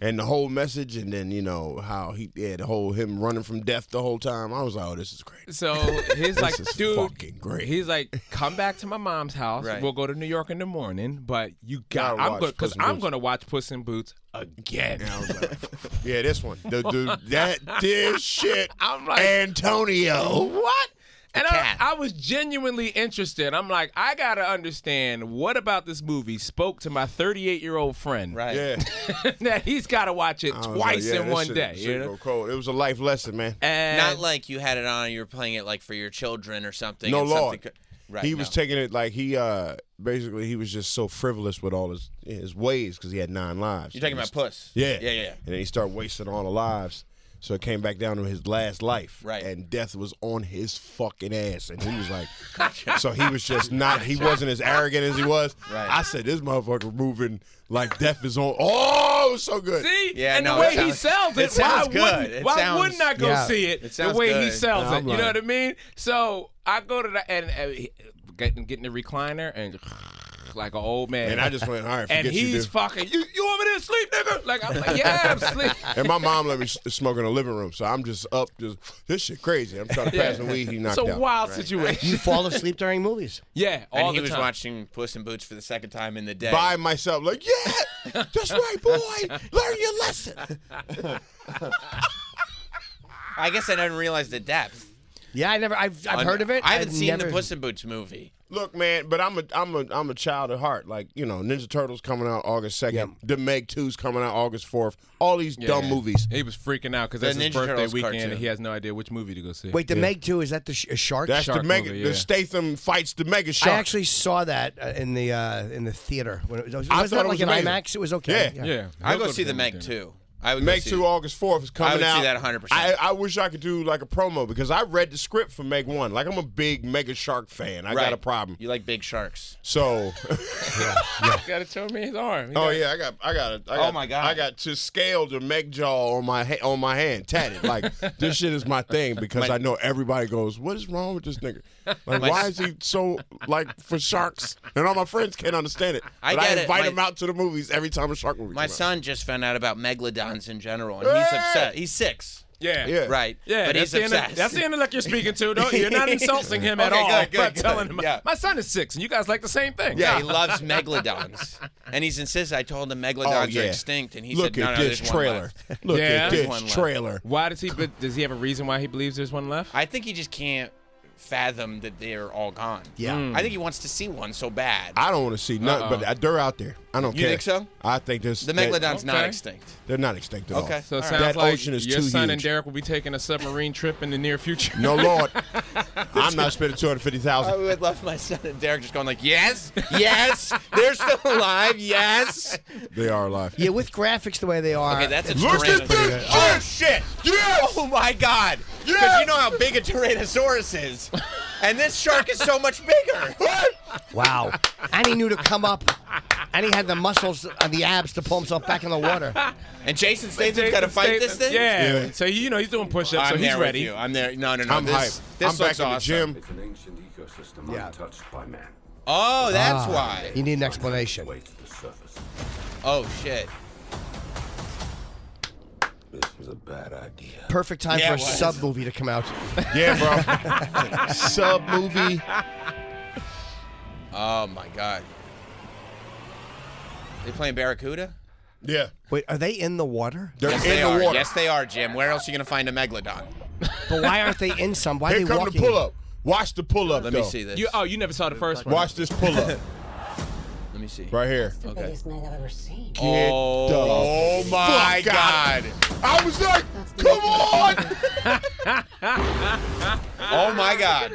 S5: and the whole message, and then you know how he yeah, the whole him running from death the whole time. I was like, oh, this is great.
S3: So he's like,
S5: is
S3: dude,
S5: fucking great."
S3: he's like, come back to my mom's house.
S1: Right.
S3: We'll go to New York in the morning, but you got,
S5: Gotta
S3: I'm
S5: watch
S3: going because
S5: Puss in
S3: I'm
S5: Boots.
S3: going to watch Puss in Boots again.
S5: And I was like, yeah, this one, the, the, that this shit.
S3: I'm like-
S5: Antonio.
S3: what? And I,
S1: cat.
S3: I was genuinely interested. I'm like, I gotta understand what about this movie spoke to my 38 year old friend
S1: Right.
S5: Yeah,
S3: that he's gotta watch it
S5: I was like,
S3: twice
S5: yeah,
S3: in
S5: this
S3: one
S5: shit-
S3: day.
S5: shit
S3: You know?
S5: go cold. It was a life lesson, man.
S3: And
S1: Not like you had it on. and You were playing it like for your children or something.
S5: No
S1: and
S5: law.
S1: something co- Right.
S5: he was
S1: no.
S5: taking it like he uh basically he was just so frivolous with all his his ways because he had nine lives.
S1: You're talking about puss.
S5: Yeah.
S1: Yeah. Yeah.
S5: And then he started wasting all the lives. So it came back down to his last life.
S1: Right.
S5: And death was on his fucking ass. And he was like, so he was just not, he wasn't as arrogant as he was.
S1: Right.
S5: I said, this motherfucker moving like death is on. Oh, it was so good.
S3: see,
S1: Yeah,
S3: and
S1: no,
S3: the way
S1: it
S3: he
S1: sounds-
S3: sells
S1: it
S3: it, why
S1: sounds good.
S3: wouldn't
S1: It
S3: why
S1: sounds-
S3: wouldn't I go
S2: yeah.
S3: see it, the
S1: sounds
S3: way he
S1: good.
S3: sells
S5: No,
S3: it?
S5: I'm
S3: You know
S5: like-
S3: what I mean? So I go to the and uh, he- getting getting the recliner and like an old man.
S5: And I just went, all right, forget
S3: and
S5: you,
S3: he's
S5: dude.
S3: fucking you. You want me to sleep, nigga? Like I'm like, yeah, I'm sleep.
S5: And my mom let me s- smoke in the living room, so I'm just up. Just this shit crazy. I'm trying to pass the weed. He knocked
S3: It's a
S5: out.
S3: wild
S2: You
S3: situation.
S2: fall asleep during movies.
S3: Yeah, all
S1: and he
S3: the
S1: was
S3: time.
S1: watching Puss in Boots for the second time in the day.
S5: By myself, like yeah, that's right, boy. Learn your lesson.
S1: I guess I didn't realize the depth.
S2: Yeah, I never. I've, I've heard of it.
S1: I haven't
S2: I've
S1: seen
S2: never-
S1: the Puss in Boots movie.
S5: Look, man, but I'm a I'm a I'm a child at heart. Like you know, Ninja Turtles coming out August second. The Meg 2's coming out August fourth. All these dumb
S3: Yeah.
S5: movies.
S3: He was freaking out because that's
S1: The
S3: his
S1: Ninja
S3: birthday
S1: Turtles
S3: weekend.
S1: cartoon.
S3: And he has no idea which movie to go see.
S2: Wait, the Meg Two is that the sh- a shark?
S5: That's
S3: Shark
S5: the mega.
S3: movie, yeah.
S5: The Statham fights the mega
S2: I
S5: shark.
S2: actually saw that uh, in the uh, in the theater. When it was, was
S5: I
S2: that
S5: thought it
S2: like
S5: was
S2: an
S5: amazing.
S2: IMAX? It was okay.
S5: Yeah.
S3: yeah,
S1: I
S3: he'll
S1: go
S3: to
S1: see the Meg
S3: movie theater.
S1: two. I would
S5: Meg oh,
S1: go see
S5: two
S1: it.
S5: August fourth is
S1: I
S5: coming
S1: would see
S5: out.
S1: that 100%.
S5: I, I wish I could do like a promo because I read the script for Meg one. Like I'm a big Mega Shark fan. I
S1: Right.
S5: got a problem.
S1: You like big sharks?
S5: So,
S3: Gotta show me his arm. He
S5: oh
S3: got-
S5: yeah, I got, I got, it. I
S1: Oh,
S5: got
S1: my God.
S5: I got to scale the Meg jaw on my ha- on my hand, tatted. Like this shit is my thing because I know everybody goes, "What is wrong with this nigga? Like,
S1: My-
S5: why is he so like for sharks?" And all my friends can't understand it.
S1: I
S5: but
S1: get
S5: I
S1: it.
S5: invite
S1: My-
S5: him out to the movies every time a shark movie.
S1: My
S5: come out.
S1: son just found out about megalodons in general, and he's
S5: Hey!
S1: upset. He's six,
S3: yeah,
S5: Yeah.
S1: right?
S3: Yeah,
S1: but
S3: that's,
S1: he's
S3: the
S1: obsessed.
S3: intellect, that's the intellect you're speaking to. Don't, you're not insulting him at
S1: Okay,
S3: all.
S1: good, good,
S3: but
S1: good.
S3: telling him,
S1: Yeah.
S3: my son is six, and you guys like the same thing.
S1: yeah, he loves megalodons, and he's insisted. I told him megalodons
S5: Oh, yeah.
S1: are extinct, and he
S5: Look
S1: said, "No,
S5: at
S1: no,
S5: this
S1: there's One
S5: trailer.
S1: left.
S5: Look
S3: Yeah.
S5: at
S3: There's
S1: one left.
S5: this trailer.
S3: Why does he? But does he have a reason why he believes there's one left?
S1: I think he just can't fathom that they're all gone.
S2: Yeah. Mm.
S1: I think he wants to see one so bad.
S5: I don't want to see nothing, but they're out there. I don't
S1: Uh-uh. You
S5: care.
S1: think so?
S5: I think there's
S1: the megalodon's not
S3: Okay.
S1: extinct.
S5: They're not extinct at all.
S1: Okay.
S3: so it
S1: All
S3: sounds
S5: That
S3: like
S5: ocean is
S3: your
S5: too
S3: son and
S5: huge.
S3: Derek will be taking a submarine trip in the near future.
S5: No, Lord, I'm not spending two hundred fifty
S1: I
S5: thousand.
S1: would love my son and Derek just going like, "Yes, yes, they're still alive. Yes."
S5: They are alive.
S2: Yeah, with graphics the way they are.
S1: Okay, that's a
S5: Look at
S1: Tyrannosaurus.
S5: this
S1: Oh shit!
S5: shit! Yes!
S1: Oh my god! Because
S5: Yes!
S1: you know how big a Tyrannosaurus is, and this shark is so much bigger.
S2: wow. And he knew to come up, and he had the muscles and the abs to pull himself back in the water.
S1: And Jason Statham's got to
S3: Jason
S1: fight this
S3: Statham-
S1: thing.
S3: Yeah.
S5: Yeah.
S3: So he, you know he's doing push-ups,
S1: I'm
S3: so he's
S1: there
S3: ready.
S1: with you. I'm there. No, no, no.
S5: I'm
S1: this,
S5: hyped.
S1: This
S5: I'm back
S1: looks
S5: in the
S1: awesome.
S5: gym.
S7: It's an ancient ecosystem
S2: Yeah.
S7: untouched by man.
S1: Oh, that's
S2: Ah,
S1: why.
S2: You need an explanation.
S7: Way to the surface.
S1: Oh shit.
S7: This was a bad idea.
S2: Perfect time
S1: Yeah,
S2: for a
S1: it was.
S2: sub movie to come out.
S5: Yeah, bro. Sub movie.
S1: Oh my god. They playing Barracuda?
S5: Yeah,
S2: Wait, are they in the water?
S5: they're in
S1: they
S5: the
S1: are.
S5: water.
S1: Yes, they are, Jim. Where else are you gonna find a megalodon?
S2: But why aren't they in some? Why are
S5: Here
S2: they
S5: come
S2: walking?
S5: the pull up. Watch the pull up.
S1: Let me see this.
S3: You- oh, you never saw the first one.
S5: Watch this pull up
S1: Let me see.
S5: right here.
S8: the biggest man I've ever seen.
S5: Get
S1: Oh,
S5: the
S1: my
S5: fuck out.
S1: god.
S5: I was like, come on.
S1: Oh my god.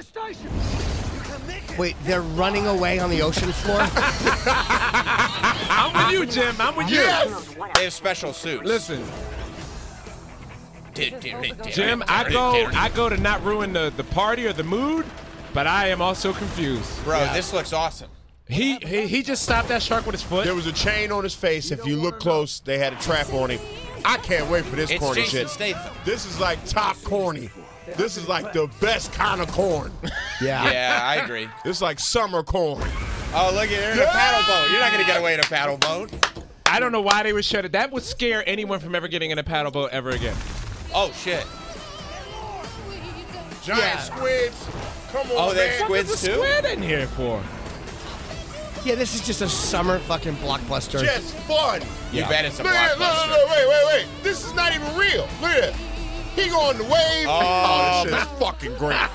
S2: Wait, they're running away on the ocean floor?
S3: I'm with you, Jim. I'm with you.
S5: Yes.
S1: They have special suits.
S3: Listen,
S1: Jim,
S3: Jim, I go, I go to not ruin the, the party or the mood, but I am also confused.
S1: Bro, this looks awesome.
S3: He he, he just stopped that shark with his foot.
S5: There was a chain on his face. If you look close, they had a trap on him. I can't wait for this
S1: It's
S5: corny
S1: Jason
S5: shit.
S1: Statham.
S5: This is like top corny. This is like the best kind of corn.
S2: yeah.
S1: Yeah, I agree.
S5: It's like summer corn.
S1: Oh, look at you're in a paddle boat. You're not gonna get away in a paddle boat.
S3: I don't know why they would shut it. That would scare anyone from ever getting in a paddle boat ever again.
S1: Oh shit.
S5: Giant
S1: Yeah.
S5: squids. Come on,
S1: Oh, they're
S5: man.
S3: What's a
S1: squids too.
S3: squid in here for?
S2: Yeah, this is just a summer fucking blockbuster.
S5: Just fun.
S1: You bet it's a
S5: Look at that. Look,
S1: blockbuster.
S5: look, look, wait, wait, wait. This is not even real. Look at that. He going to wave.
S1: Oh,
S5: this shit is fucking great.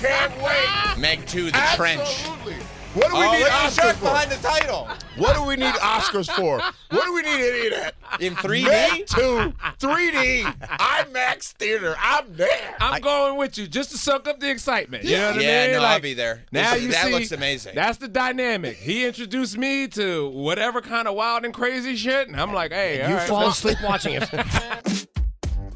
S5: Can't wait.
S1: Meg 2, the trench.
S5: Absolutely. What do we
S1: Oh,
S5: need
S1: look at the
S5: Oscars
S1: shark
S5: for?
S1: behind the title.
S5: What do we need Oscars for? What do we need any of that?
S1: In
S5: Back
S1: 3D?
S5: to 3D IMAX theater. I'm there.
S3: I'm going with you just to soak up the excitement. You know what I
S1: Yeah,
S3: mean?
S1: no, I'll be there.
S3: Now
S1: This-
S3: you
S1: that
S3: see,
S1: looks amazing.
S3: That's the dynamic. He introduced me to whatever kind of wild and crazy shit, and I'm like, hey, all
S2: You
S3: right,
S2: fall
S3: well,
S2: asleep watching it.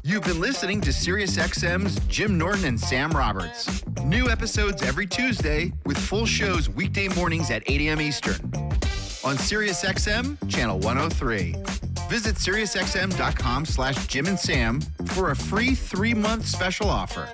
S9: You've been listening to SiriusXM's Jim Norton and Sam Roberts. New episodes every Tuesday with full shows weekday mornings at 8 a.m. Eastern on SiriusXM channel 103. Visit SiriusXM.com slash Jim and Sam for a free three-month special offer.